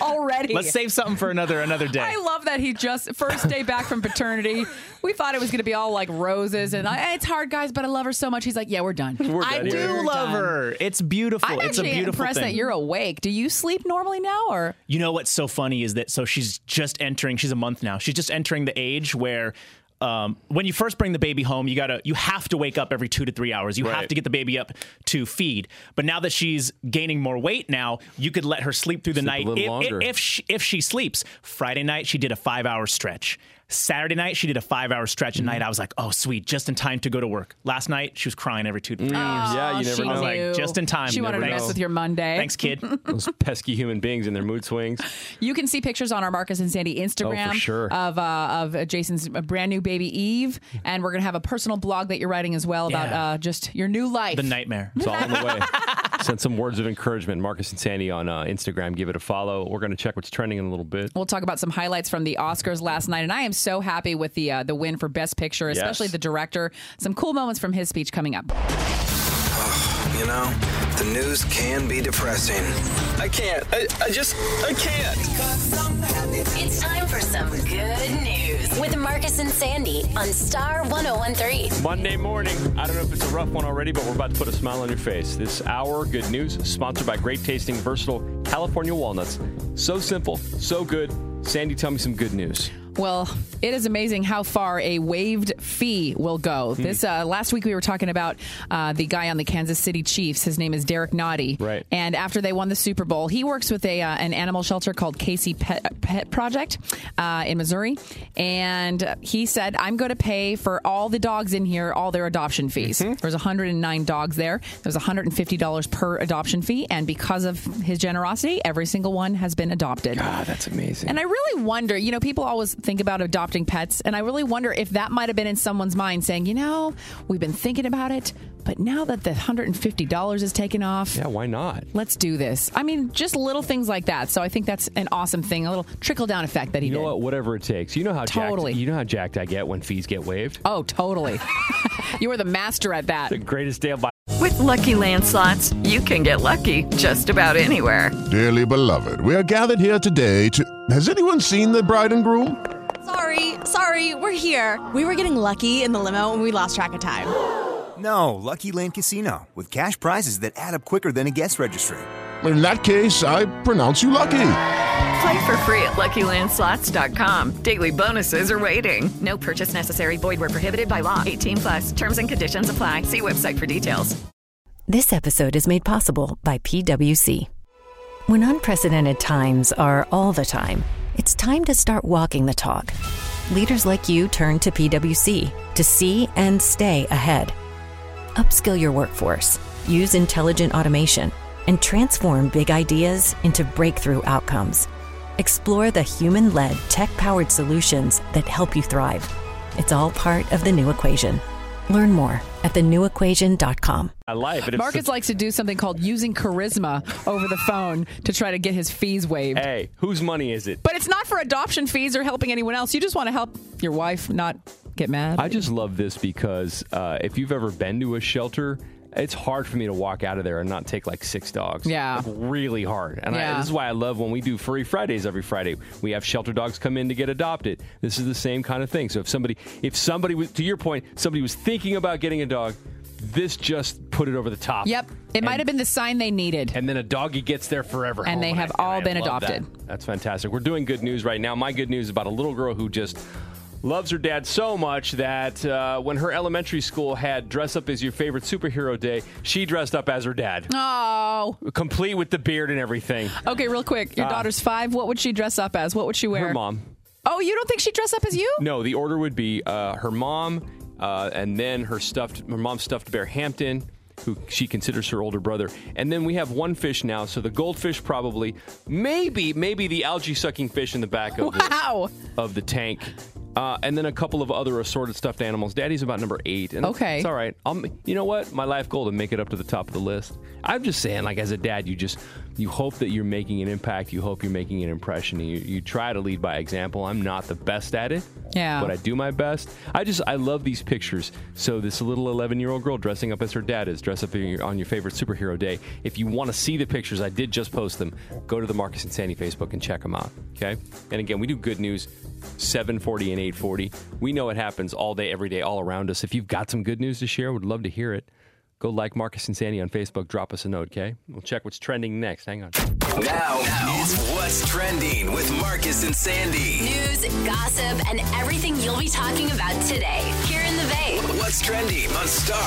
S3: Already.
S4: Let's save something for another another day.
S3: I love that he just first day back from paternity. We thought it was going to be all like roses and I, it's hard, guys, but I love her so much. He's like, yeah, we're done.
S4: I do
S3: We're
S4: love
S3: done.
S4: her. It's beautiful.
S3: I'm
S4: it's a
S3: actually
S4: beautiful
S3: impressed
S4: thing.
S3: that you're awake. Do you sleep normally now, or
S4: You know what's so funny is that so she's just entering. She's a month now. She's just entering the age where um, when you first bring the baby home, you gotta you have to wake up every two to three hours. You have to get the baby up to feed. But now that she's gaining more weight, now you could let her sleep through the
S2: Sleep a
S4: night
S2: little
S4: if,
S2: longer.
S4: if she, if she sleeps. Friday night she did a five hour stretch. Saturday night she did a five hour stretch. At
S2: Mm-hmm.
S4: night I was like, oh sweet, just in time to go to work. Last night she was crying every two to three hours.
S2: yeah, you never
S3: she
S2: know.
S4: I was like, just in time.
S3: She wanted to mess with your Monday.
S4: Thanks, kid.
S2: Those pesky human beings and their mood swings.
S3: You can see pictures on our Marcus and Sandy Instagram
S2: Oh, for sure.
S3: of uh, of uh, Jason's brand new baby Eve, and we're gonna have a personal blog that you're writing as well about
S2: Yeah.
S3: uh, just your new life.
S4: The nightmare.
S2: It's all on the way. Send some words of encouragement. Marcus and Sandy on uh, Instagram. Give it a follow. We're going to check what's trending in a little bit.
S3: We'll talk about some highlights from the Oscars last night, and I am so happy with the uh, the win for Best Picture,
S2: Yes.
S3: especially the director. Some cool moments from his speech coming up.
S7: You know, the news can be depressing. I can't. I, I just, I can't.
S1: It's time for some good news with Marcus and Sandy on Star 1013.
S2: Monday morning. I don't know if it's a rough one already, but we're about to put a smile on your face. This hour, good news, sponsored by great tasting, versatile California walnuts. So simple, so good. Sandy, tell me some good news.
S3: Well, it is amazing how far a waived fee will go.
S2: Hmm.
S3: This uh, last week we were talking about uh, the guy on the Kansas City Chiefs. His name is Derek Naughty. Right. And after they won the Super Bowl, he works with a uh, an animal shelter called Casey Pet, Pet Project uh, in Missouri, and he said, "I'm going to pay for all the dogs in here, all their adoption fees. There's 109 dogs there. There's $150 per adoption fee, and because of his generosity, every single one has been adopted. God,
S2: that's amazing.
S3: And I really wonder, you know, people always think about adopting pets, and I really wonder if that might have been in someone's mind saying, you know, we've been thinking about it, but now that the $150 is taken off.
S2: Yeah, why not?
S3: Let's do this. I mean, just little things like that. So I think that's an awesome thing, a little trickle down effect that he
S2: You know
S3: did.
S2: what? Whatever it takes. You know how
S3: Totally.
S2: Jacked, you know how jacked I get when fees get waived.
S3: Oh, totally. you were the master at that.
S2: The greatest day of my.
S12: With Lucky Land slots, you can get lucky just about anywhere.
S15: Dearly beloved, we are gathered here today to. Has anyone seen the bride and groom?
S16: Sorry, sorry, we're here. We were getting lucky in the limo and we lost track of time.
S17: No, Lucky Land Casino, with cash prizes that add up quicker than a guest registry.
S15: In that case, I pronounce you lucky.
S12: Play for free at LuckyLandSlots.com. Daily bonuses are waiting. No purchase necessary. Void where prohibited by law. 18 plus. Terms and conditions apply. See website for details.
S1: This episode is made possible by PWC.
S12: When unprecedented times are all the time, it's time to start walking the talk. Leaders like you turn to PWC to see and stay ahead. Upskill your workforce, use intelligent automation, and transform big ideas into breakthrough outcomes. Explore the human led, tech powered solutions that help you thrive. It's all part of the new equation. Learn more at thenewequation.com.
S2: I life.
S3: Marcus likes to do something called using charisma over the phone to try to get his fees waived.
S2: Hey, whose money is it?
S3: But it's not for adoption fees or helping anyone else. You just want to help your wife not get mad.
S2: I just love this because uh, if you've ever been to a shelter, it's hard for me to walk out of there and not take like six dogs.
S3: Yeah.
S2: Like, really hard. And I,
S3: Yeah.
S2: this is why I love when we do Furry Fridays every Friday. We have shelter dogs come in to get adopted. This is the same kind of thing. So if somebody, if somebody was, to your point, somebody was thinking about getting a dog, this just put it over the top.
S3: Yep. It might
S2: And-
S3: have been the sign they needed.
S2: And then a doggy gets there forever.
S3: And
S2: home,
S3: they have
S2: I-
S3: all
S2: I
S3: been
S2: love that.
S3: adopted.
S2: That's fantastic. We're doing good news right now. My good news is about a little girl who just loves her dad so much that uh, when her elementary school had dress up as your favorite superhero day, she dressed up as her dad,
S3: Oh.
S2: complete with the beard and everything.
S3: Okay, real quick. Your
S2: Uh,
S3: daughter's five. What would she dress up as? What would she wear?
S2: Her mom.
S3: Oh, you don't think she'd dress up as you?
S2: No, the order would be uh, her mom, uh, and then her stuffed her mom's stuffed bear Hampton, who she considers her older brother, and then we have one fish now. So the goldfish probably, maybe, maybe the algae sucking fish in the back of
S3: Wow.
S2: the, of the tank. Uh, and then a couple of other assorted stuffed animals. Daddy's about number eight. And
S3: Okay.
S2: It's all right. I'll, m- you know what? My life goal to make it up to the top of the list. I'm just saying, like, as a dad, you just, you hope that you're making an impact. You hope you're making an impression. You, you try to lead by example. I'm not the best at it.
S3: Yeah.
S2: But I do my best. I just I love these pictures. So this little 11 year old girl dressing up as her dad is dress up in your, on your favorite superhero day. If you want to see the pictures, I did just post them. Go to the Marcus and Sandy Facebook and check them out. Okay. And again, we do good news 7:40 and 8:40. We know it happens all day, every day, all around us. If you've got some good news to share, would love to hear it. Go like Marcus and Sandy on Facebook. Drop us a note, okay? We'll check what's trending next. Hang on.
S7: Now, it's What's Trending with Marcus and Sandy.
S1: News, gossip, and everything you'll be talking about today here in the Bay.
S7: What's Trending on Star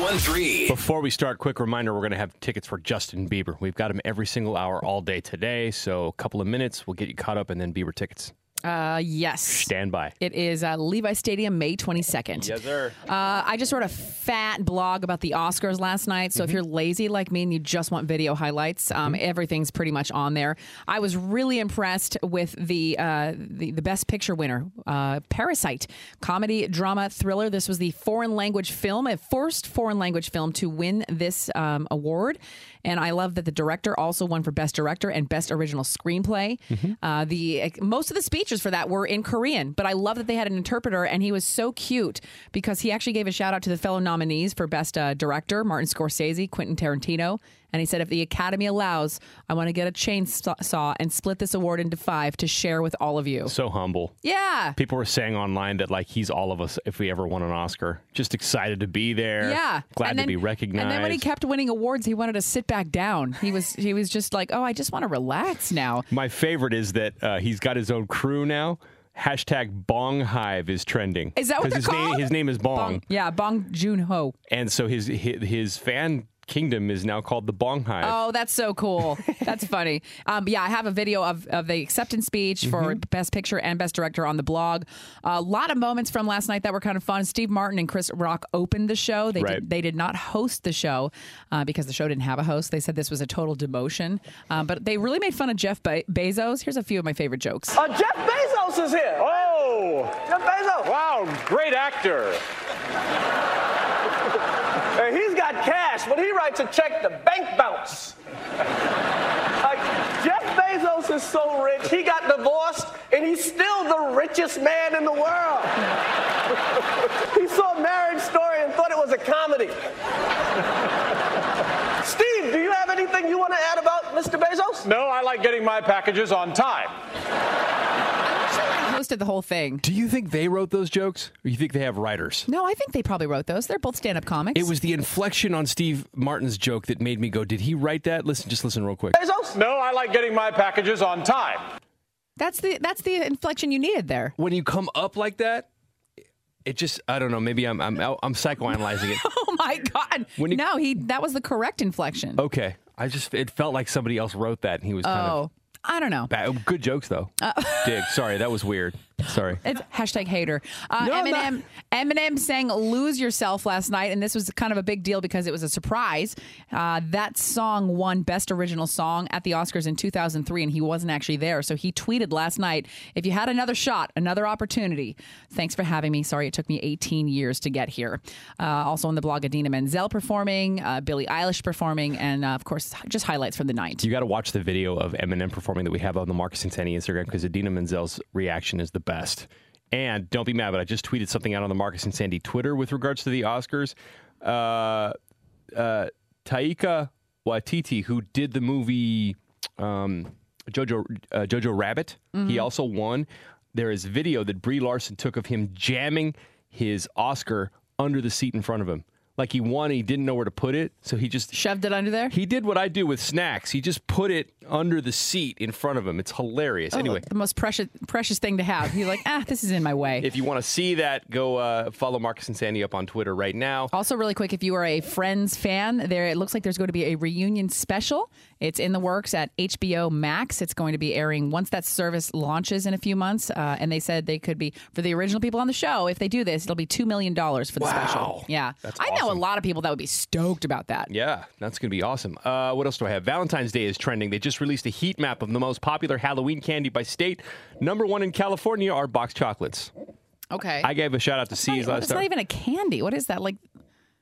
S7: 1013.
S2: Before we start, quick reminder we're going to have tickets for Justin Bieber. We've got him every single hour all day today. So, a couple of minutes, we'll get you caught up and then Bieber tickets.
S3: Uh, yes.
S2: Stand by.
S3: It is uh, Levi Stadium, May 22nd.
S2: Yes, sir.
S3: Uh, I just wrote a fat blog about the Oscars last night. So if you're lazy like me and you just want video highlights, um, everything's pretty much on there. I was really impressed with the uh, the, the Best Picture winner, uh, Parasite, comedy, drama, thriller. This was the foreign language film, a first foreign language film to win this um, award. And I love that the director also won for Best Director and Best Original Screenplay. Uh, the most of the speeches for that were in Korean, but I love that they had an interpreter, and he was so cute because he actually gave a shout out to the fellow nominees for Best uh, Director: Martin Scorsese, Quentin Tarantino, and he said, "If the Academy allows, I want to get a chainsaw and split this award into five to share with all of you."
S2: So humble.
S3: Yeah.
S2: People were saying online that, like, he's all of us if we ever won an Oscar. Just excited to be there.
S3: Yeah,
S2: Glad
S3: And
S2: to
S3: then-
S2: be recognized.
S3: And then when he kept winning awards, he wanted to sit back down. He was he was just like, "Oh, I just want to relax now."
S2: My favorite is that uh, he's got his own crew now. Hashtag Bong Hive is trending.
S3: Is that what
S2: 'Cause
S3: they're
S2: his
S3: called?
S2: Name, his name is Bong.
S3: Yeah, Bong Joon Ho.
S2: And so his, his his fan kingdom is now called the Bong Hive.
S3: Oh, that's so cool. That's funny. Um, yeah, I have a video of, of the acceptance speech for
S2: Mm-hmm.
S3: Best Picture and Best Director on the blog. A lot of moments from last night that were kind of fun. Steve Martin and Chris Rock opened the show. They
S2: Right.
S3: did, they did not host the show uh, because the show didn't have a host. They said this was a total demotion. Um, but they really made fun of Jeff Be- Bezos. Here's a few of my favorite jokes.
S8: Uh, Jeff Bezos is here.
S9: Oh!
S8: Jeff Bezos.
S9: Wow, great actor.
S8: Hey, he's got cash, but he writes a check to bank bounce. like, Jeff Bezos is so rich, he got divorced, and he's still the richest man in the world. he saw a marriage story and thought it was a comedy. Steve, do you have anything you want to add about Mr. Bezos?
S9: No, I like getting my packages on time.
S3: I hosted the whole thing.
S2: Do you think they wrote those jokes, or you think they have writers?
S3: No, I think they probably wrote those. They're both stand up comics.
S2: It was the inflection on Steve Martin's joke that made me go, "Did he write that?" Listen, just listen real quick.
S9: No, I like getting my packages on time.
S3: that's the that's the inflection you needed there.
S2: When you come up like that, it just—I don't know. Maybe I'm—I'm I'm, I'm psychoanalyzing it.
S3: Oh my god! no, he that was the correct inflection.
S2: Okay, I just—it felt like somebody else wrote that, and he was kind of
S3: Oh, I don't know.
S2: bad. good jokes though. Dig. Sorry, that was weird. Sorry.
S3: It's hashtag hater. Uh, Eminem, Eminem sang "Lose Yourself" last night, and this was kind of a big deal because it was a surprise. Uh, that song won Best Original Song at the Oscars in 2003, and he wasn't actually there. So he tweeted last night, "If you had another shot, another opportunity, thanks for having me. Sorry it took me 18 years to get here." Uh, also on the blog, Adina Menzel performing, uh, Billie Eilish performing, and uh, of course, just highlights from the night.
S2: You got to watch the video of Eminem performing that we have on the Marcus and Sandy Instagram because Adina Menzel's reaction is the best. And don't be mad, but I just tweeted something out on the Marcus and Sandy Twitter with regards to the Oscars. Uh, uh, Taika Waititi, who did the movie um, Jojo uh, Jojo Rabbit, he also won. There is video that Brie Larson took of him jamming his Oscar under the seat in front of him. Like he won, and he didn't know where to put it, so he just
S3: shoved it under there.
S2: He did what I do with snacks. He just put it under the seat in front of him. It's hilarious.
S3: Oh,
S2: anyway,
S3: the most precious precious thing to have. You're like, ah, this is in my way.
S2: if you want to see that, go uh, follow Marcus and Sandy up on Twitter right now.
S3: Also, really quick, if you are a Friends fan, there it looks like there's going to be a reunion special. It's in the works at HBO Max. It's going to be airing once that service launches in a few months. Uh, and they said they could be for the original people on the show. If they do this, it'll be two million dollars for the special. Yeah,
S2: That's
S3: I know a
S2: awesome.
S3: lot of people that would be stoked about that.
S2: Yeah, that's going to be awesome. Uh, what else do I have? Valentine's Day is trending. They just released a heat map of the most popular Halloween candy by state. Number one in California are box chocolates.
S3: Okay,
S2: I gave a shout out to C's
S3: Well,
S2: last
S3: it's
S2: time.
S3: not even a candy. What is that like?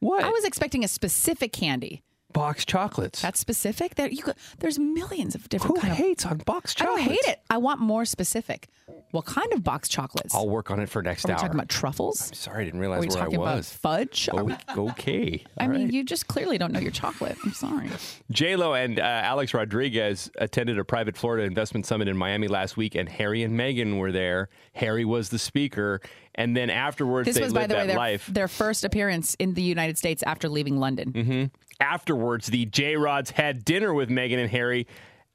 S2: What?
S3: I was expecting a specific candy.
S2: box chocolates.
S3: That's specific. There you go. There's millions of different.
S2: Who
S3: kind of-
S2: hates on box
S3: I
S2: chocolates?
S3: don't hate it. I want more specific. What kind of box chocolates?
S2: I'll work on it for next
S3: Are we
S2: hour.
S3: talking about truffles?
S2: I'm sorry, I didn't realize
S3: Are we
S2: where I
S3: talking about
S2: was. Oh,
S3: fudge? Are we-
S2: O- okay.
S3: I mean, you just clearly don't know your chocolate. I'm sorry.
S2: J Lo and uh, Alex Rodriguez attended a private Florida investment summit in Miami last week, and Harry and Meghan were there. Harry was the speaker, and then afterwards
S3: This
S2: they
S3: was, by
S2: lived
S3: the way,
S2: that
S3: their,
S2: life.
S3: their first appearance in the United States after leaving London.
S2: hmm Afterwards, the J Rods had dinner with Meghan and Harry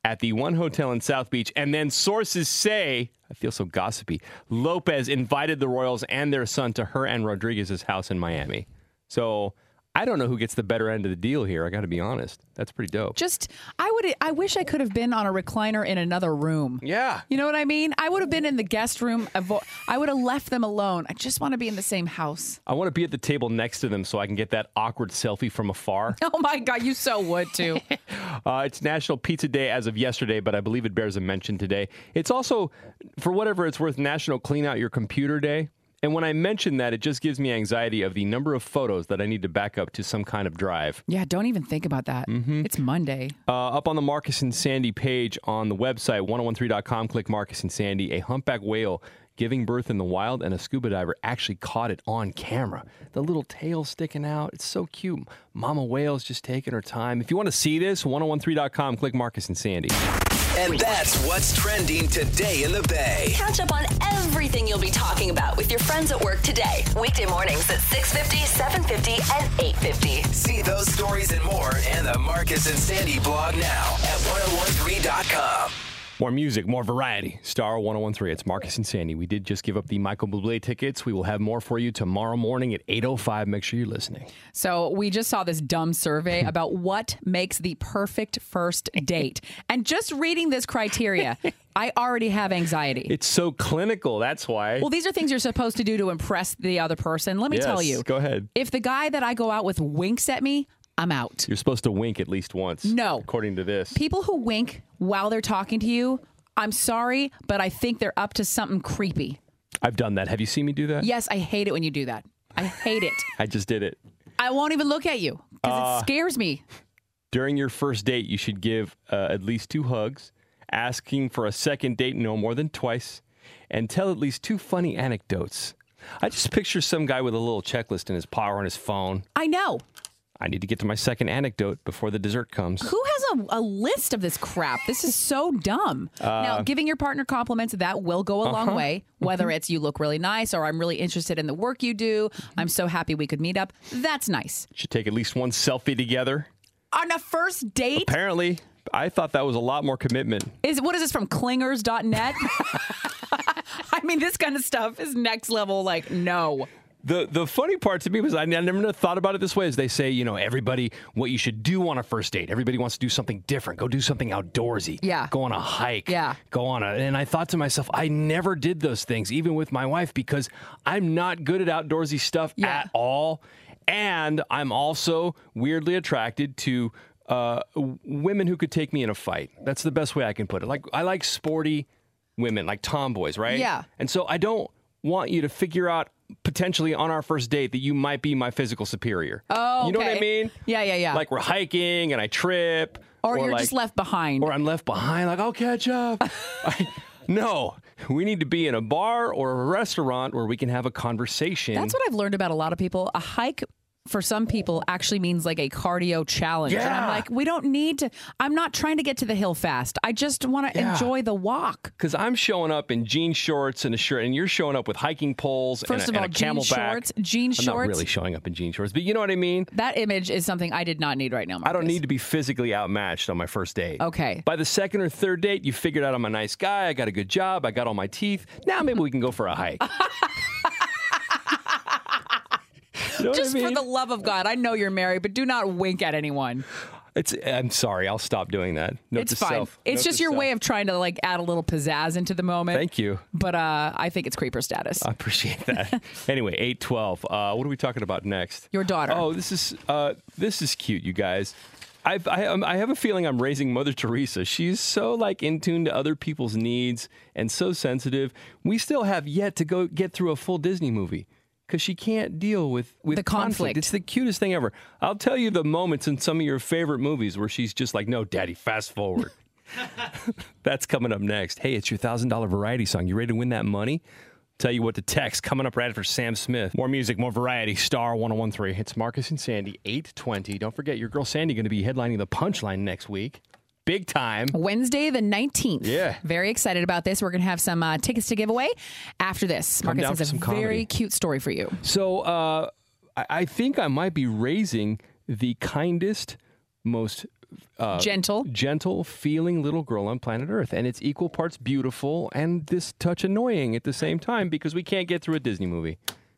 S2: at the one hotel in South Beach, and then sources say. I feel so gossipy. Lopez invited the Royals and their son to her and Rodriguez's house in Miami. So I don't know who gets the better end of the deal here. I got to be honest. That's pretty dope.
S3: Just, I would, I wish I could have been on a recliner in another room.
S2: Yeah.
S3: You know what I mean? I would have been in the guest room. Avo- I would have left them alone. I just want to be in the same house.
S2: I want to be at the table next to them so I can get that awkward selfie from afar.
S3: Oh my God, you so would too.
S2: Uh, it's National Pizza Day as of yesterday, but I believe it bears a mention today. It's also, for whatever it's worth, National Clean Out Your Computer Day. And when I mention that, it just gives me anxiety of the number of photos that I need to back up to some kind of drive.
S3: yeah, don't even think about that.
S2: Mm-hmm.
S3: It's Monday.
S2: Uh, up on the Marcus and Sandy page on the website, 1013.com, click Marcus and Sandy. A humpback whale giving birth in the wild, and a scuba diver actually caught it on camera. The little tail sticking out. It's so cute. Mama whale's just taking her time. If you want to see this, 1013.com, click Marcus and Sandy.
S7: And that's what's trending today in the Bay.
S1: Catch up on everything you'll be talking about with your friends at work today. Weekday mornings at 6.50, 7.50, and 8.50.
S7: See those stories and more in the Marcus and Sandy blog now at 1013.com.
S2: More music, more variety. Star 1013. It's Marcus and Sandy. We did just give up the Michael Bublé tickets. We will have more for you tomorrow morning at 8.05. Make sure you're listening.
S3: So we just saw this dumb survey about what makes the perfect first date. And just reading this criteria, I already have anxiety.
S2: It's so clinical. That's why.
S3: Well, these are things you're supposed to do to impress the other person. Let me tell
S2: Yes,
S3: you.
S2: go ahead.
S3: If the guy that I go out with winks at me, I'm out.
S2: You're supposed to wink at least once.
S3: No.
S2: According to this.
S3: People who wink while they're talking to you, I'm sorry, but I think they're up to something creepy.
S2: I've done that. Have you seen me do that?
S3: Yes, I hate it when you do that. I hate it.
S2: I just did it.
S3: I won't even look at you because
S2: Uh,
S3: it scares me.
S2: During your first date, you should give uh, at least two hugs, asking for a second date no more than twice, and tell at least two funny anecdotes. I just picture some guy with a little checklist in his power on his phone.
S3: I know.
S2: I need to get to my second anecdote before the dessert comes.
S3: Who has a, a list of this crap? This is so dumb. now,
S2: Uh,
S3: giving your partner compliments, that will go a long
S2: Uh-huh.
S3: way, whether it's you look really nice or I'm really interested in the work you do. I'm so happy we could meet up. That's nice.
S2: Should take at least one selfie together.
S3: On a first date,
S2: Apparently, I thought that was a lot more commitment.
S3: is what is this from clingers.net? I mean, this kind of stuff is next level, like, no.
S2: The the funny part to me was I never thought about it this way. Is they say you know everybody what you should do on a first date. Everybody wants to do something different. Go do something outdoorsy.
S3: Yeah.
S2: Go on a hike.
S3: Yeah.
S2: Go on a. And I thought to myself, I never did those things, even with my wife, because I'm not good at outdoorsy stuff at all, and I'm also weirdly attracted to. Uh, w- women who could take me in a fight. That's the best way I can put it. Like I like sporty women, like tomboys, right?
S3: Yeah.
S2: And so I don't want you to figure out potentially on our first date that you might be my physical superior.
S3: Oh,
S2: you know what I
S3: okay.
S2: mean?
S3: Yeah, yeah, yeah.
S2: Like we're hiking and I trip,
S3: Or you're just left behind.
S2: or I'm left behind. Like I'll catch up. I- no, we need to be in a bar or a restaurant where we can have a conversation.
S3: That's what I've learned about a lot of people. A hike for some people actually means like a cardio challenge. And I'm
S2: Yeah.
S3: like, we don't need to, I'm not trying to get to the hill fast. I just want to
S2: Yeah.
S3: enjoy the walk.
S2: Because I'm showing up in jean shorts and a shirt, and you're showing up with hiking poles and,
S3: First of
S2: a,
S3: all,
S2: and a
S3: jean
S2: camelback.
S3: shorts, jean
S2: I'm not
S3: shorts.
S2: really showing up in jean shorts, but you know what I mean.
S3: That image is something I did not need right now.
S2: I don't need to be physically outmatched on my first date.
S3: Okay.
S2: By the second or third date, you figured out I'm a nice guy. I got a good job. I got all my teeth. Now maybe we can go for a hike. You know what I
S3: just
S2: mean?
S3: for the love of God, I know you're married, but do not wink at anyone.
S2: It's. I'm sorry. I'll stop doing that. Note
S3: it's
S2: to
S3: fine.
S2: self.
S3: It's
S2: Note
S3: just
S2: to
S3: your
S2: self.
S3: way of trying to like add a little pizzazz into the moment.
S2: Thank you.
S3: But uh, I think it's creeper status.
S2: I appreciate that. anyway, eight twelve. Uh, what are we talking about next?
S3: Your daughter.
S2: Oh, this is uh, this is cute, you guys. I've, I, um, I have a feeling I'm raising Mother Teresa. She's so like in tune to other people's needs and so sensitive. We still have yet to go get through a full Disney movie because she can't deal with with
S3: The conflict.
S2: It's the cutest thing ever. I'll tell you the moments in some of your favorite movies where she's just like, "No, Daddy, fast forward." That's coming up next. Hey, it's your $1,000 variety song. You ready to win that money? Tell you what to text coming up right after Sam Smith. More music, more variety. Star 1013. It's Marcus and Sandy, 820. Don't forget, your girl Sandy going to be headlining the punchline next week. Big time.
S3: Wednesday the 19th.
S2: Yeah.
S3: Very excited about this. We're going to have some uh, tickets to give away after this.
S2: Come
S3: Marcus
S2: down for
S3: has a
S2: some comedy.
S3: very cute story for you.
S2: So uh, I, I think I might be raising the kindest, most uh,
S3: Gentle.
S2: gentle feeling little girl on planet Earth, and it's equal parts beautiful and this touch annoying at the same time because we can't get through a Disney movie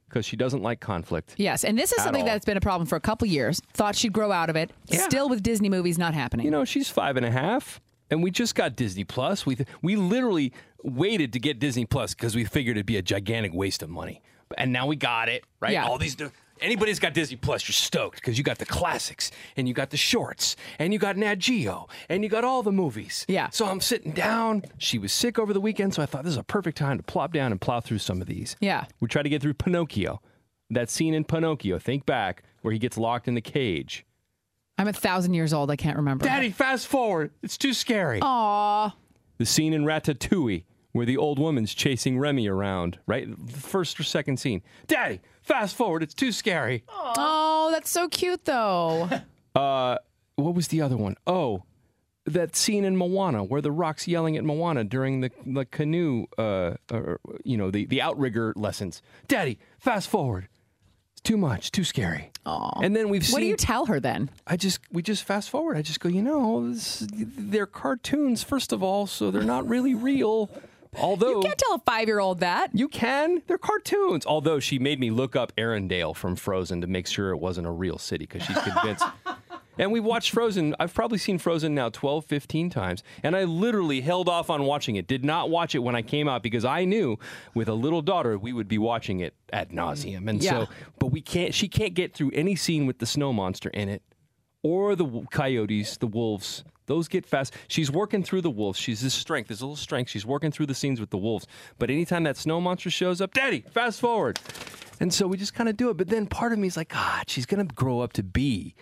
S2: because she doesn't like conflict.
S3: Yes, and this is
S2: At
S3: something
S2: all.
S3: that's been a problem for a couple years. Thought she'd grow out of it. Still with Disney movies not happening.
S2: You know, she's five and a half, and we just got Disney Plus. We we literally waited to get Disney Plus because we figured it'd be a gigantic waste of money, and now we got it. Right?
S18: Yeah.
S2: All these. Anybody's got Disney Plus, you're stoked because you got the classics and you got the shorts and you got Nat Geo and you got all the movies. Yeah. So I'm sitting down. She was sick over the weekend, so I thought this is a perfect time to plop down and plow through some of these.
S3: Yeah.
S2: We try to get through Pinocchio. That scene in Pinocchio, think back, where he gets locked in the cage.
S3: I'm a thousand years old. I can't remember.
S2: Daddy, fast forward. It's too scary.
S3: Aw.
S2: The scene in Ratatouille where the old woman's chasing Remy around, right? The first or second scene. Daddy, fast forward. It's too scary.
S3: Oh, that's so cute though.
S2: Uh, what was the other one? Oh, that scene in Moana where the rock's yelling at Moana during the, the canoe, uh, or, you know, the, the outrigger lessons. Daddy, fast forward. It's too much, too scary. Aww. And then we've seen.
S3: What do you tell her then?
S2: I just we just fast forward. I just go, you know, this, they're cartoons first of all, so they're not really real. Although you can't
S3: tell a five-year-old that
S2: you can, they're cartoons. Although she made me look up Arendelle from Frozen to make sure it wasn't a real city because she's convinced. and we've watched Frozen. I've probably seen Frozen now 12, 15 times, and I literally held off on watching it. Did not watch it when I came out because I knew with a little daughter we would be watching it ad nauseum. And
S18: Yeah.
S2: so, but we can't. She can't get through any scene with the snow monster in it or the w- coyotes, the wolves. Those get fast. She's working through the wolves. She's this strength, this little strength. She's working through the scenes with the wolves. But anytime that snow monster shows up, Daddy, fast forward. And so we just kind of do it. But then part of me is like, God, she's going to grow up to be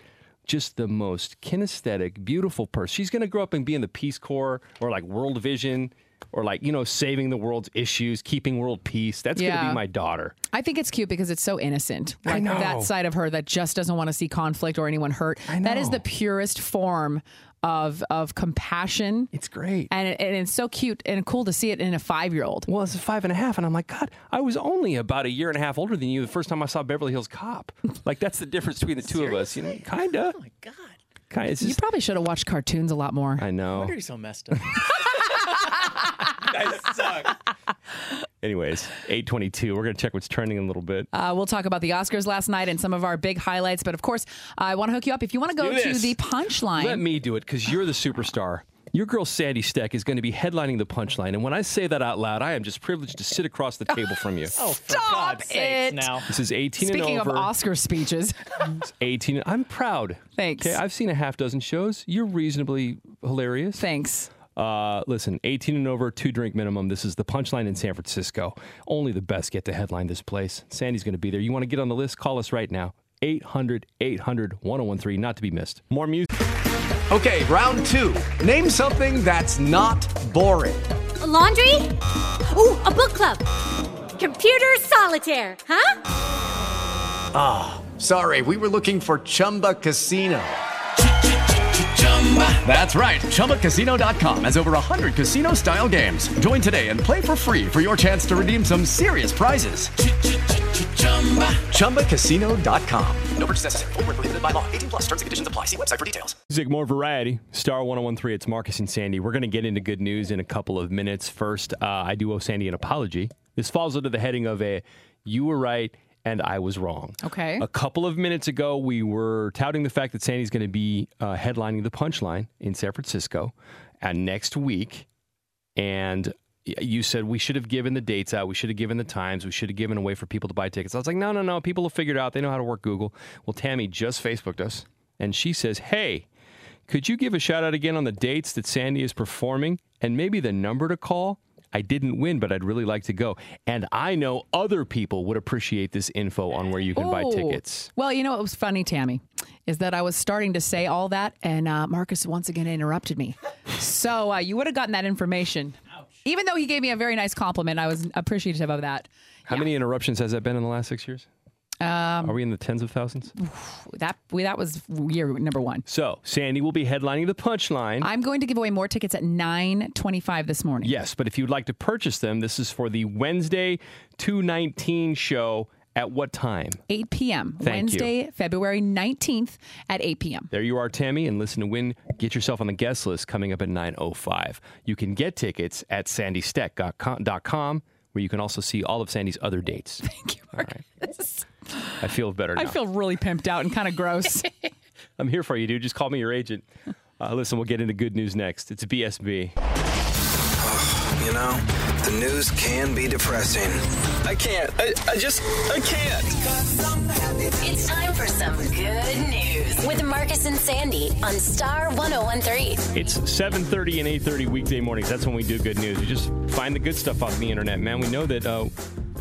S2: just the most kinesthetic, beautiful person. She's going to grow up and be in the Peace Corps or like World Vision or like, you know, saving the world's issues, keeping world peace. That's going to
S3: Yeah.
S2: be my daughter.
S3: I think it's cute because it's so innocent.
S2: I
S3: Like
S2: know.
S3: that side of her that just doesn't want to see conflict or anyone hurt. That is the purest form of of compassion.
S2: It's great.
S3: And, it, and it's so cute and cool to see it in a five year old.
S2: Well, it's a five and a half, and I'm like, God, I was only about a year and a half older than you the first time I saw Beverly Hills Cop. Like that's the difference between the two of us, you know? Kinda. Oh my God. Kinda. It's
S3: you
S2: just,
S3: probably should have watched cartoons a lot more.
S2: I know.
S4: Why are you so messed up?
S2: Anyways, 822. We're gonna check what's trending in a little bit.
S3: Uh, we'll talk about the Oscars last night and some of our big highlights. But of course, I want to hook you up. If you want to go
S2: Let's do
S3: to
S2: this.
S3: the punchline,
S2: Let me do it because you're the superstar. Your girl Sandy Steck is going to be headlining the punchline, and when I say that out loud, I am just privileged to sit across the table from you.
S3: Oh, for Stop God's sakes it. now.
S2: This is 18
S3: speaking
S2: and
S3: of
S2: over.
S3: Oscar speeches,
S2: It's 18. I'm proud.
S3: Thanks.
S2: Okay, I've seen a half dozen shows. You're reasonably hilarious.
S3: Thanks.
S2: Uh, listen, 18 and over, two drink minimum. This is the punchline in San Francisco. Only the best get to headline this place. Sandy's going to be there. You want to get on the list? Call us right now. 800 800 1013. Not to be missed. More music.
S19: Okay, round two. Name something that's not boring.
S20: A laundry? Ooh, a book club. Computer solitaire, huh?
S19: Ah, sorry, we were looking for Chumba Casino. That's right, ChumbaCasino.com has over 100 casino style games. Join today and play for free for your chance to redeem some serious prizes. ChumbaCasino.com. No purchase necessary, Void where prohibited by law, 18 plus terms and conditions apply. See website for details.
S2: Music, more variety. Star 1013, it's Marcus and Sandy. We're going to get into good news in a couple of minutes. First, uh, I do owe Sandy an apology. This falls under the heading of a you were right and I was wrong.
S3: Okay.
S2: A couple of minutes ago, we were touting the fact that Sandy's going to be uh, headlining the punchline in San Francisco uh, next week. And y- you said we should have given the dates out. We should have given the times. We should have given a way for people to buy tickets. I was like, no, no, no. People have figured out. They know how to work Google. Well, Tammy just Facebooked us and she says, hey, could you give a shout out again on the dates that Sandy is performing and maybe the number to call? I didn't win, but I'd really like to go. And I know other people would appreciate this info on where you can buy
S3: Ooh.
S2: tickets.
S3: Well, you know what was funny, Tammy, is that I was starting to say all that, and uh, Marcus once again interrupted me. So uh, you would have gotten that information. Even though he gave me a very nice compliment, I was appreciative of that.
S2: How many interruptions has that been in the last six years?
S3: Um,
S2: Are we in the tens of thousands?
S3: that we, that was year number one.
S2: So Sandy will be headlining the punchline.
S3: I'm going to give away more tickets at 9:25 this morning.
S2: Yes, but if you'd like to purchase them, this is for the Wednesday 219 show. At what time?
S3: 8 p.m.
S2: Thank you.
S3: Wednesday, February 19th at 8 p.m.
S2: There you are, Tammy, and listen to win. Get yourself on the guest list coming up at 9.05. You can get tickets at sandysteck.com, where you can also see all of Sandy's other dates. Thank
S3: you, Marcus.
S2: I feel better now.
S3: I feel really pimped out and kind of gross.
S2: I'm here for you, dude. Just call me your agent. Uh, listen, we'll get into good news next. It's BSB.
S7: You know, the news can be depressing. I can't. I, I just, I can't.
S1: It's time for some good news with Marcus and Sandy on Star 1013.
S2: It's 7.30 and 8.30 weekday mornings. That's when we do good news. We just find the good stuff off the internet, man. We know that uh,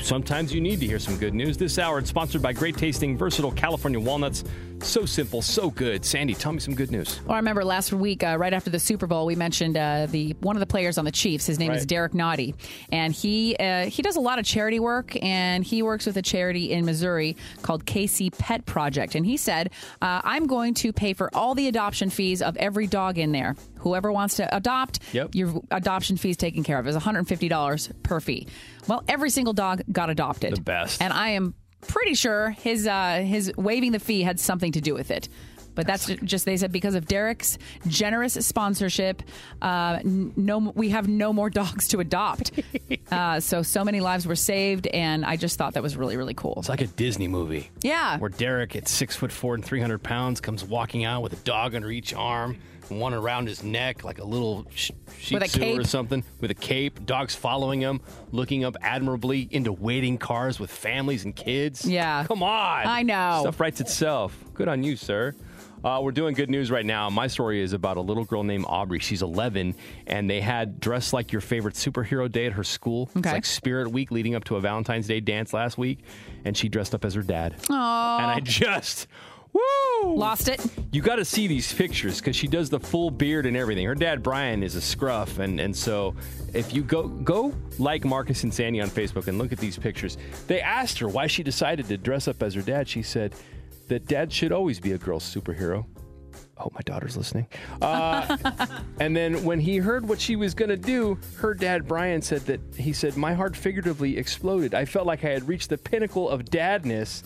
S2: sometimes you need to hear some good news. This hour, it's sponsored by great tasting, versatile California walnuts. So simple, so good. Sandy, tell me some good news.
S3: Well, I remember last week, uh, right after the Super Bowl, we mentioned uh, the one of the players on the Chiefs. His name is
S2: Right.
S3: Derek Naughty, and he uh, he does a lot of charity work, and he works with a charity in Missouri called KC Pet Project. And he said, uh, "I'm going to pay for all the adoption fees of every dog in there. Whoever wants to adopt, your adoption fees taken care of is $150 per fee." Well, every single dog got adopted. The best, and I am pretty sure his uh, his waiving the fee had something to do with it. But that's ju- just they said because of Derek's generous sponsorship, uh, n- no, we have no more dogs to adopt. uh, so so many lives were saved, and I just thought that was really really cool. It's
S18: like a Disney movie.
S3: Yeah.
S18: Where Derek, at six foot four and 300 pounds, comes walking out with a dog under each arm and one around his neck, like a little sh- shih
S3: With a
S18: tzu or
S3: cape.
S18: something, with a cape. Dogs following him, looking up admirably into waiting cars with families and kids.
S3: Yeah.
S18: Come on.
S3: I know.
S2: Stuff writes itself. Good on you, sir. Uh, we're doing good news right now. My story is about a little girl named Aubrey. She's 11, and they had dressed like your favorite superhero day at her school. It's
S3: Okay.
S2: like Spirit Week leading up to a Valentine's Day dance last week, and she dressed up as her dad.
S3: Aw.
S2: And I just, woo!
S3: Lost it.
S2: You got to see these pictures because she does the full beard and everything. Her dad Brian is a scruff, and and so if you go go like Marcus and Sandy on Facebook and look at these pictures, they asked her why she decided to dress up as her dad. She said that dad should always be a girl's superhero. Oh, my daughter's listening. Uh, and then when he heard what she was going to do, her dad Brian said that he said my heart figuratively exploded. I felt like I had reached the pinnacle of dadness.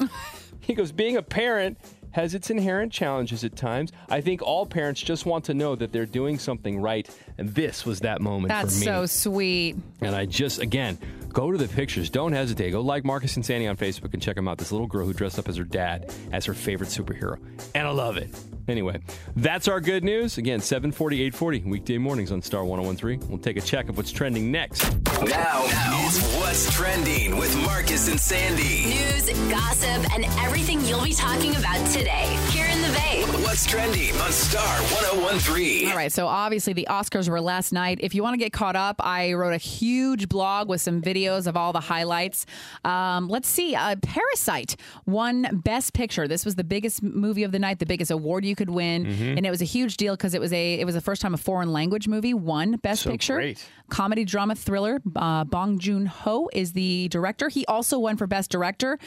S2: he goes, being a parent has its inherent challenges at times. I think all parents just want to know that they're doing something right, and this was that moment
S3: That's
S2: for me.
S3: so sweet.
S2: And I just, again, go to the pictures. Don't hesitate. Go like Marcus and Sandy on Facebook and check them out. This little girl who dressed up as her dad as her favorite superhero. And I love it. Anyway, that's our good news. Again, 740, 840, weekday mornings on Star 1013. We'll take a check of what's trending next.
S7: Now, is what's trending with Marcus and Sandy.
S1: News, gossip, and everything you'll be talking about today here in the Bay.
S7: What's trending on Star 1013?
S3: All right, so obviously the Oscars were last night. If you want to get caught up, I wrote a huge blog with some videos of all the highlights. Um, let's see, uh, Parasite won Best Picture. This was the biggest movie of the night, the biggest award you could win,
S21: Mhm.
S3: and it was a huge deal because it was a it was the first time a foreign language movie won Best
S21: So
S3: Picture.
S21: great.
S3: Comedy drama thriller. Uh, Bong Joon Ho is the director. He also won for Best Director.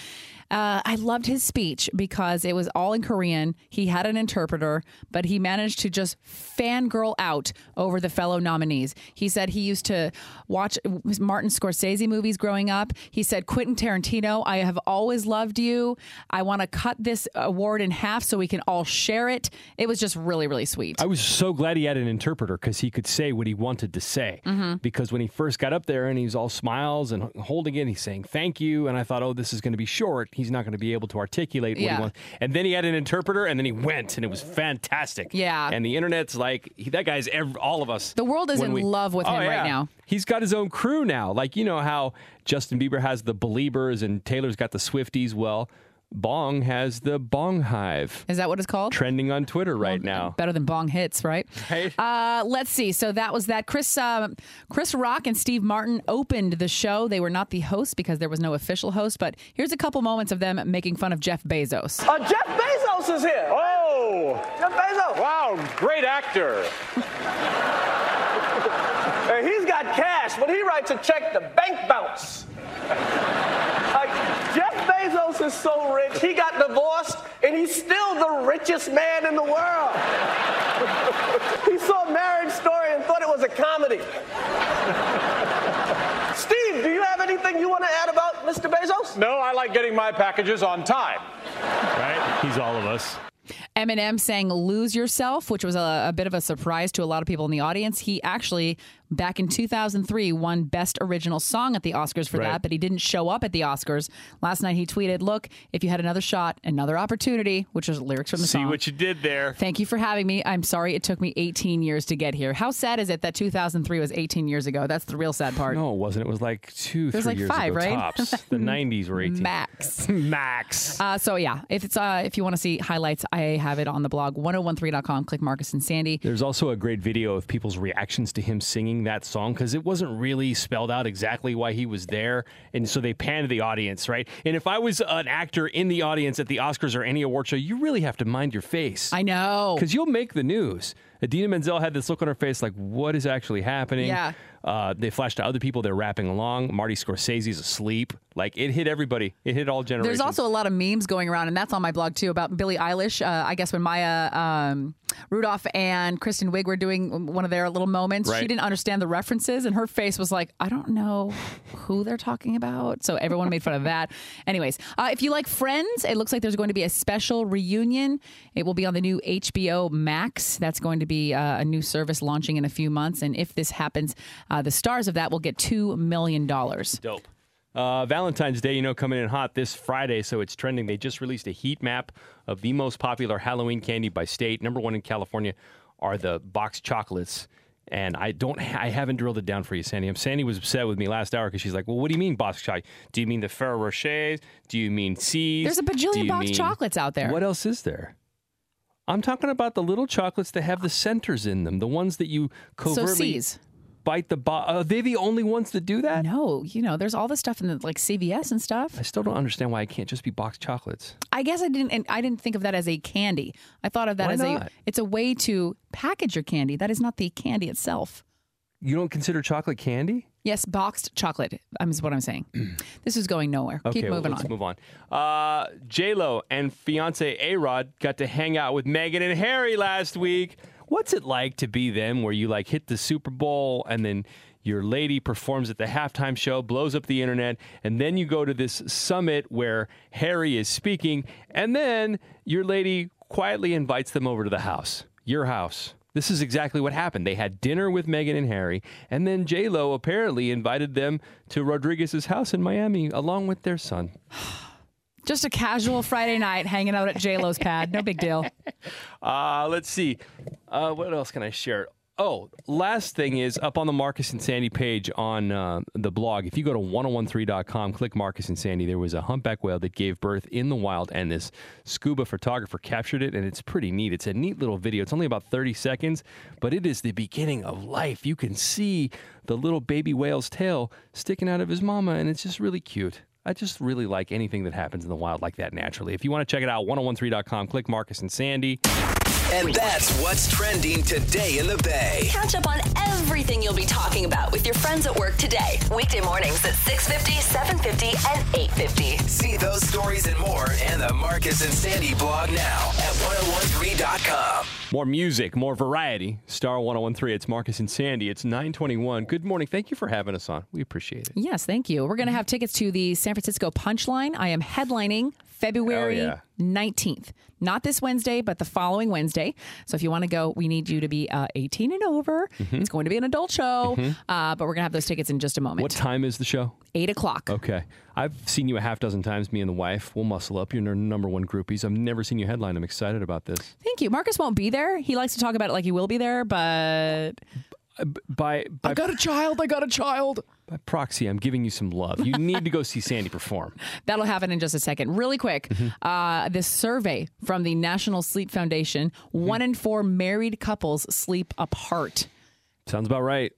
S3: Uh, I loved his speech because it was all in Korean. He had an interpreter, but he managed to just fangirl out over the fellow nominees. He said he used to watch Martin Scorsese movies growing up. He said, Quentin Tarantino, I have always loved you. I want to cut this award in half so we can all share it. It was just really, really sweet.
S2: I was so glad he had an interpreter because he could say what he wanted to say.
S3: Mhm.
S2: Because when he first got up there and he was all smiles and h- holding it, he's saying thank you, and I thought, oh, this is going to be short. He's not going to be able to articulate what
S3: Yeah.
S2: he wants. And then he had an interpreter, and then he went, and it was fantastic.
S3: Yeah.
S2: And the internet's like he, that guy's ev- all of us.
S3: The world is
S2: when
S3: in love with
S2: Oh,
S3: him right
S2: yeah.
S3: now.
S2: He's got his own crew now. Like you know how Justin Bieber has the Beliebers and Taylor's got the Swifties. Well. Bong has the Bong Hive.
S3: Is that what it's called?
S2: Trending on Twitter right now.
S3: better than bong hits, right? Right. Uh, let's see. So that was that. Chris uh, Chris Rock and Steve Martin opened the show. They were not the hosts because there was no official host. But here's a couple moments of them making fun of Jeff Bezos.
S8: Uh, Jeff Bezos is here.
S9: Oh,
S8: Jeff Bezos.
S9: Wow, great actor.
S8: And Uh, he's got cash. When he writes a check, the bank bounce. like, Jeff Bezos is so rich, he got divorced, and he's still the richest man in the world. he saw Marriage Story and thought it was a comedy. Steve, do you have anything you want to add about Mr. Bezos?
S9: No, I like getting my packages on time.
S4: Right? He's all of us.
S3: Eminem sang Lose Yourself, which was a, a bit of a surprise to a lot of people in the audience. He actually, back in 2003, won Best Original Song at the Oscars for
S21: Right.
S3: that, but he didn't show up at the Oscars. Last night he tweeted, Look, if you had another shot, another opportunity, which was lyrics from the
S22: See
S3: song.
S22: what you did there.
S3: Thank you for having me. I'm sorry it took me 18 years to get here. How sad is it that 2003 was 18 years ago? That's the real sad part.
S2: No, it wasn't. It was like two,
S3: It
S2: three
S3: was like
S2: years
S3: five,
S2: ago
S3: right?
S2: tops. The 90s were 18.
S3: Max. Max. Uh, so yeah, if it's uh, if you want to see highlights, I have it on the blog 1013.com. Click Marcus and Sandy.
S18: There's also a great video of people's reactions to him singing that song because it wasn't really spelled out exactly why he was there. And so they panned the audience, right? And if I was an actor in the audience at the Oscars or any award show, you really have to mind your face. I
S3: know.
S2: Because you'll make the news. Adina Menzel had this look on her face like, what is actually happening?
S3: Yeah.
S2: Uh, they flashed to other people. They're rapping along. Marty Scorsese's asleep. Like, it hit everybody. It hit all generations.
S3: There's also a lot of memes going around, and that's on my blog too about Billie Eilish. Uh, I guess when Maya um, Rudolph and Kristen Wiig were doing one of their little moments, she
S2: Right.
S3: didn't understand the references, and her face was like, "I don't know who they're talking about." So everyone made fun of that. Anyways, uh, if you like Friends, it looks like there's going to be a special reunion. It will be on the new HBO Max. That's going to be uh, a new service launching in a few months, and if this happens, uh, the stars of that will get two million dollars.
S2: Dope. Uh, Valentine's Day, you know, coming in hot this Friday, so it's trending. They just released a heat map of the most popular Halloween candy by state. Number one in California are the box chocolates. And I don't, I haven't drilled it down for you, Sandy. Um, Sandy was upset with me last hour because she's like, "Well, what do you mean box chocolate? Do you mean the Ferrero Rochers? Do you mean C's?
S3: There's a bajillion
S2: Do you
S3: box chocolates out there.
S2: What else is there? I'm talking about the little chocolates that have the centers in them, the ones that you covertly
S3: C's.
S2: bite the box. Are they the only ones that do that?
S3: No, you know, there's all this stuff in the, like CVS and stuff.
S2: I still don't understand why it can't just be box chocolates.
S3: I guess I didn't. And I didn't think of that as a candy. I thought of that
S2: Why
S3: as a.
S2: not?
S3: It's a way to package your candy. That is not the candy itself.
S2: You don't consider chocolate candy?
S3: Yes, boxed chocolate um, is what I'm saying. this is going nowhere.
S2: Okay,
S3: Keep
S2: well,
S3: moving
S2: let's
S3: on.
S2: move on. Uh, J Lo and fiance A Rod got to hang out with Meghan and Harry last week. What's it like to be them, where you like hit the Super Bowl and then your lady performs at the halftime show, blows up the internet, and then you go to this summit where Harry is speaking, and then your lady quietly invites them over to the house, your house. This is exactly what happened. They had dinner with Meghan and Harry, and then J Lo apparently invited them to Rodriguez's house in Miami along with their son.
S3: Just a casual Friday night hanging out at J Lo's pad. No big deal.
S2: Uh, let's see. Uh, what else can I share? Oh, last thing is up on the Marcus and Sandy page on uh, the blog. If you go to 1013.com, click Marcus and Sandy, there was a humpback whale that gave birth in the wild, and this scuba photographer captured it, and it's pretty neat. It's a neat little video. It's only about 30 seconds, but it is the beginning of life. You can see the little baby whale's tail sticking out of his mama, and it's just really cute. I just really like anything that happens in the wild like that naturally. If you want to check it out, 1013.com, click Marcus and Sandy.
S7: And that's what's trending today in the Bay.
S1: Catch up on everything you'll be talking about with your friends at work today. Weekday mornings at 6.50, 7.50, and 8.50.
S7: See those stories and more in the Marcus and Sandy blog now at 1013.com.
S2: More music, more variety. Star 1013. It's Marcus and Sandy. It's 921. Good morning. Thank you for having us on. We appreciate it.
S3: Yes, thank you. We're going to have tickets to the San Francisco Punchline. I am headlining February
S2: Hell yeah.
S3: 19th. Not this Wednesday, but the following Wednesday. So if you want to go, we need you to be uh, 18 and over. It's going to be an adult show,
S2: Mhm.
S3: uh, but we're going to have those tickets in just a moment.
S2: What time is the show?
S3: Eight o'clock.
S2: Okay. I've seen you a half dozen times, me and the wife. We'll muscle up. You're our number one groupies. I've never seen you headline. I'm excited about this.
S3: Thank you. Marcus won't be there. He likes to talk about it like he will be there, but.
S2: By, by
S3: I got a child. I got a child.
S2: By proxy, I'm giving you some love. You need to go see Sandy perform.
S3: That'll happen in just a second. Really quick, uh, this survey from the National Sleep Foundation one in four married couples sleep apart.
S2: Sounds about right.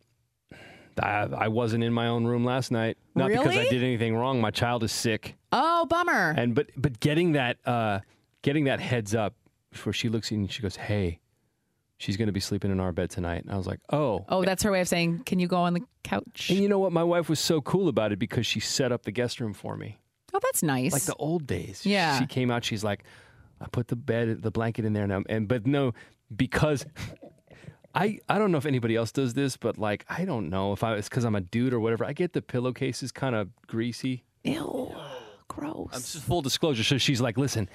S2: I, I wasn't in my own room last night. Not because I
S3: Really?
S2: did anything wrong. My child is sick.
S3: Oh, bummer.
S2: And but but getting that uh getting that heads up where she looks at you and she goes, "Hey, she's going to be sleeping in our bed tonight. And I was like, oh.
S3: Oh, that's her way of saying, can you go on the couch?
S2: And you know what? My wife was so cool about it because she set up the guest room for me.
S3: Oh, that's nice.
S2: Like the old days.
S3: Yeah.
S2: She came out. She's like, I put the bed, the blanket in there, and I'm, and but no, because I I don't know if anybody else does this, but like I don't know if I it's because I'm a dude or whatever. I get the pillowcases kind of greasy.
S3: Ew. Gross.
S2: I'm just full disclosure. So she's like, listen,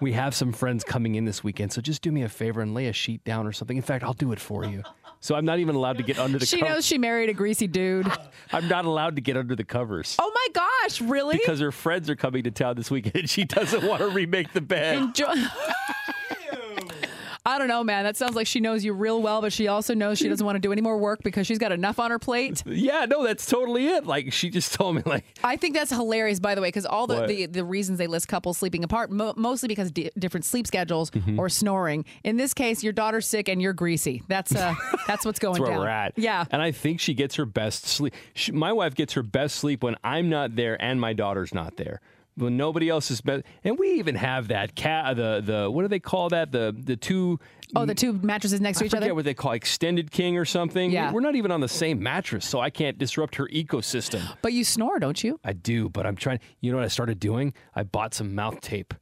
S2: we have some friends coming in this weekend, so just do me a favor and lay a sheet down or something. In fact, I'll do it for you. So I'm not even allowed to get under the.
S3: She
S2: covers.
S3: knows she married a greasy dude.
S2: I'm not allowed to get under the covers.
S3: Oh my gosh, really?
S2: Because her friends are coming to town this weekend. She doesn't want to remake the bed.
S3: Enjoy- I don't know, man. That sounds like she knows you real well, but she also knows she doesn't want to do any more work because she's got enough on her plate.
S2: Yeah, no, that's totally it. Like she just told me, like
S3: I think that's hilarious, by the way, because all the,
S2: What?
S3: the, the reasons they list couples sleeping apart, mo- mostly because di different sleep schedules
S2: Mm-hmm.
S3: or snoring. In this case, your daughter's sick and you're greasy. That's uh, that's what's going
S2: that's where
S3: down.
S2: we're at.
S3: Yeah.
S2: and I think she gets her best sleep. She, my wife gets her best sleep when I'm not there and my daughter's not there. When nobody else is best, and we even have that cat. The the what do they call that? The the two
S3: Oh, the two mattresses next to
S2: I
S3: each other.
S2: forget what they call extended king or something.
S3: Yeah.
S2: We're not even on the same mattress, so I can't disrupt her ecosystem.
S3: But you snore, don't you?
S2: I do, but I'm trying. You know what I started doing? I bought some mouth tape.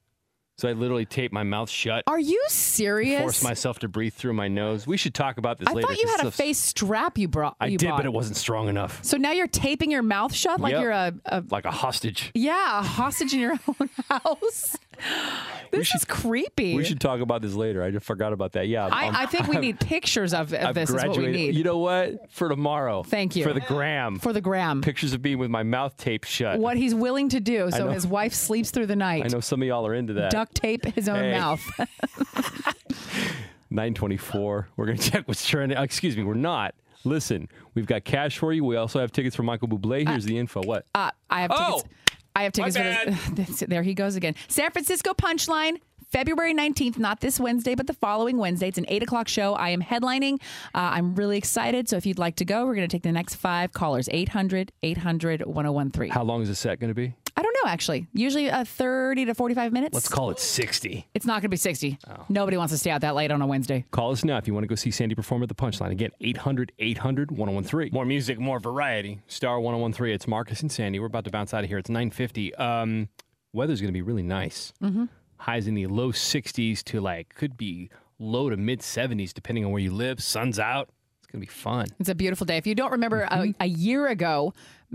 S2: So I literally taped my mouth shut,
S3: Are you serious?
S2: forced myself to breathe through my nose. We should talk about this
S3: I
S2: later.
S3: thought you
S2: 'cause
S3: had a
S2: stuff's-
S3: face strap you brought.
S2: I
S3: you
S2: did,
S3: bought.
S2: but it wasn't strong enough.
S3: So now you're taping your mouth shut like
S2: Yep.
S3: you're a, a
S2: like a hostage.
S3: yeah a hostage in your own house. This is creepy.
S2: We should talk about this later. I just forgot about that. Yeah, um,
S3: I, I think we
S2: I've-
S3: need pictures of, of
S2: I've
S3: this. Is what we
S2: graduated.
S3: need.
S2: You know what? For tomorrow.
S3: Thank you.
S2: For the gram.
S3: For the gram.
S2: Pictures of me with my mouth taped shut.
S3: what he's willing to do.
S2: I
S3: So
S2: know.
S3: his wife sleeps through the night.
S2: I know some of y'all are into that.
S3: Duct tape his own
S2: Hey.
S3: mouth.
S2: 924. We're going to check what's trending. Uh, Excuse me, we're not. Listen, we've got cash for you. We also have tickets for Michael Bublé. Here's the info. What?
S3: Uh, I have tickets. I have
S2: Oh, my
S3: tickets. For this. there he goes again. San Francisco Punchline. February 19th, not this Wednesday, but the following Wednesday. It's an 8 o'clock show. I am headlining. Uh, I'm really excited. So if you'd like to go, we're going to take the next five callers 800 800 1013.
S2: How long is the set going to be?
S3: I don't know, actually. Usually uh, 30 to 45 minutes.
S2: Let's call Oh. it 60.
S3: It's not going to be 60. Nobody wants to stay out that late on a Wednesday.
S2: Call us now if you want to go see Sandy perform at the Punchline. Again, 800 800 1013. More music, more variety. oh Star 1013. It's Marcus and Sandy. We're about to bounce out of here. It's 950. Um, weather's going to be really nice.
S3: Mhm.
S2: Highs in the low 60s to like, could be low to mid 70s depending on where you live. Sun's out. It's going to be fun.
S3: It's a beautiful day. If you don't remember, uh, a, a year ago,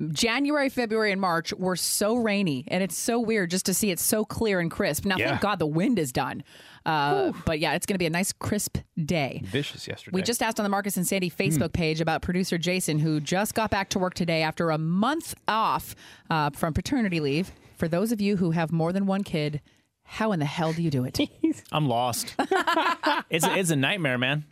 S3: January, February, and March were so rainy, and it's so weird just to see it so clear and crisp. Now,
S2: Yeah.
S3: thank God the wind is done. Uh, but yeah, it's going to be a nice, crisp day.
S2: Vicious yesterday.
S3: We just asked on the Marcus and Sandy Facebook page about producer Jason, who just got back to work today after a month off uh, from paternity leave. For those of you who have more than one kid, how in the hell do you do it?
S4: I'm lost. it's a, it's a nightmare, man.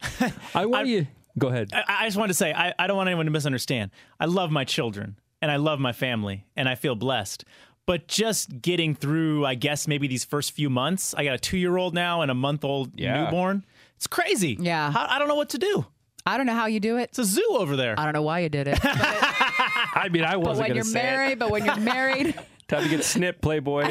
S2: I want you. Go ahead.
S4: I, I just wanted to say I, I don't want anyone to misunderstand. I love my children and I love my family and I feel blessed. But just getting through, I guess maybe these first few months. I got a two-year-old now and a month-old
S3: Yeah.
S4: newborn. It's crazy.
S3: Yeah.
S4: I, I don't know what to do.
S3: I don't know how you do it. It's
S4: a zoo over there.
S3: I don't know why you did it.
S2: I mean, I
S3: but
S2: wasn't
S3: when
S2: going
S3: you're
S2: to say it.
S3: married, but when you're married.
S2: Time to get snipped, Playboy.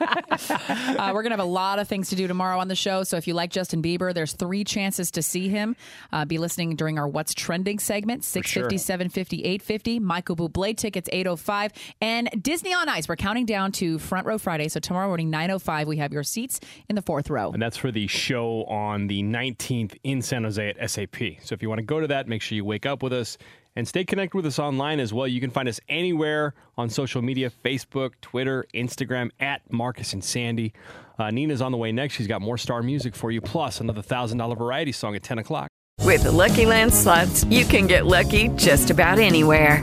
S3: Uh, we're going to have a lot of things to do tomorrow on the show. So if you like Justin Bieber, there's three chances to see him. Uh, be listening during our What's Trending segment, 650,
S21: sure.
S3: 750, 850. Michael Bublé tickets, 805. And Disney on Ice, we're counting down to Front Row Friday. So tomorrow morning, 905, we have your seats in the fourth row.
S2: And that's for the show on the 19th in San Jose at SAP. So if you want to go to that, make sure you wake up with us and stay connected with us online as well. You can find us anywhere on social media Facebook, Twitter, Instagram, at Marcus and Sandy. Uh, Nina's on the way next. She's got more star music for you, plus another $1,000 variety song at 10 o'clock.
S22: With the Lucky Land slots, you can get lucky just about anywhere.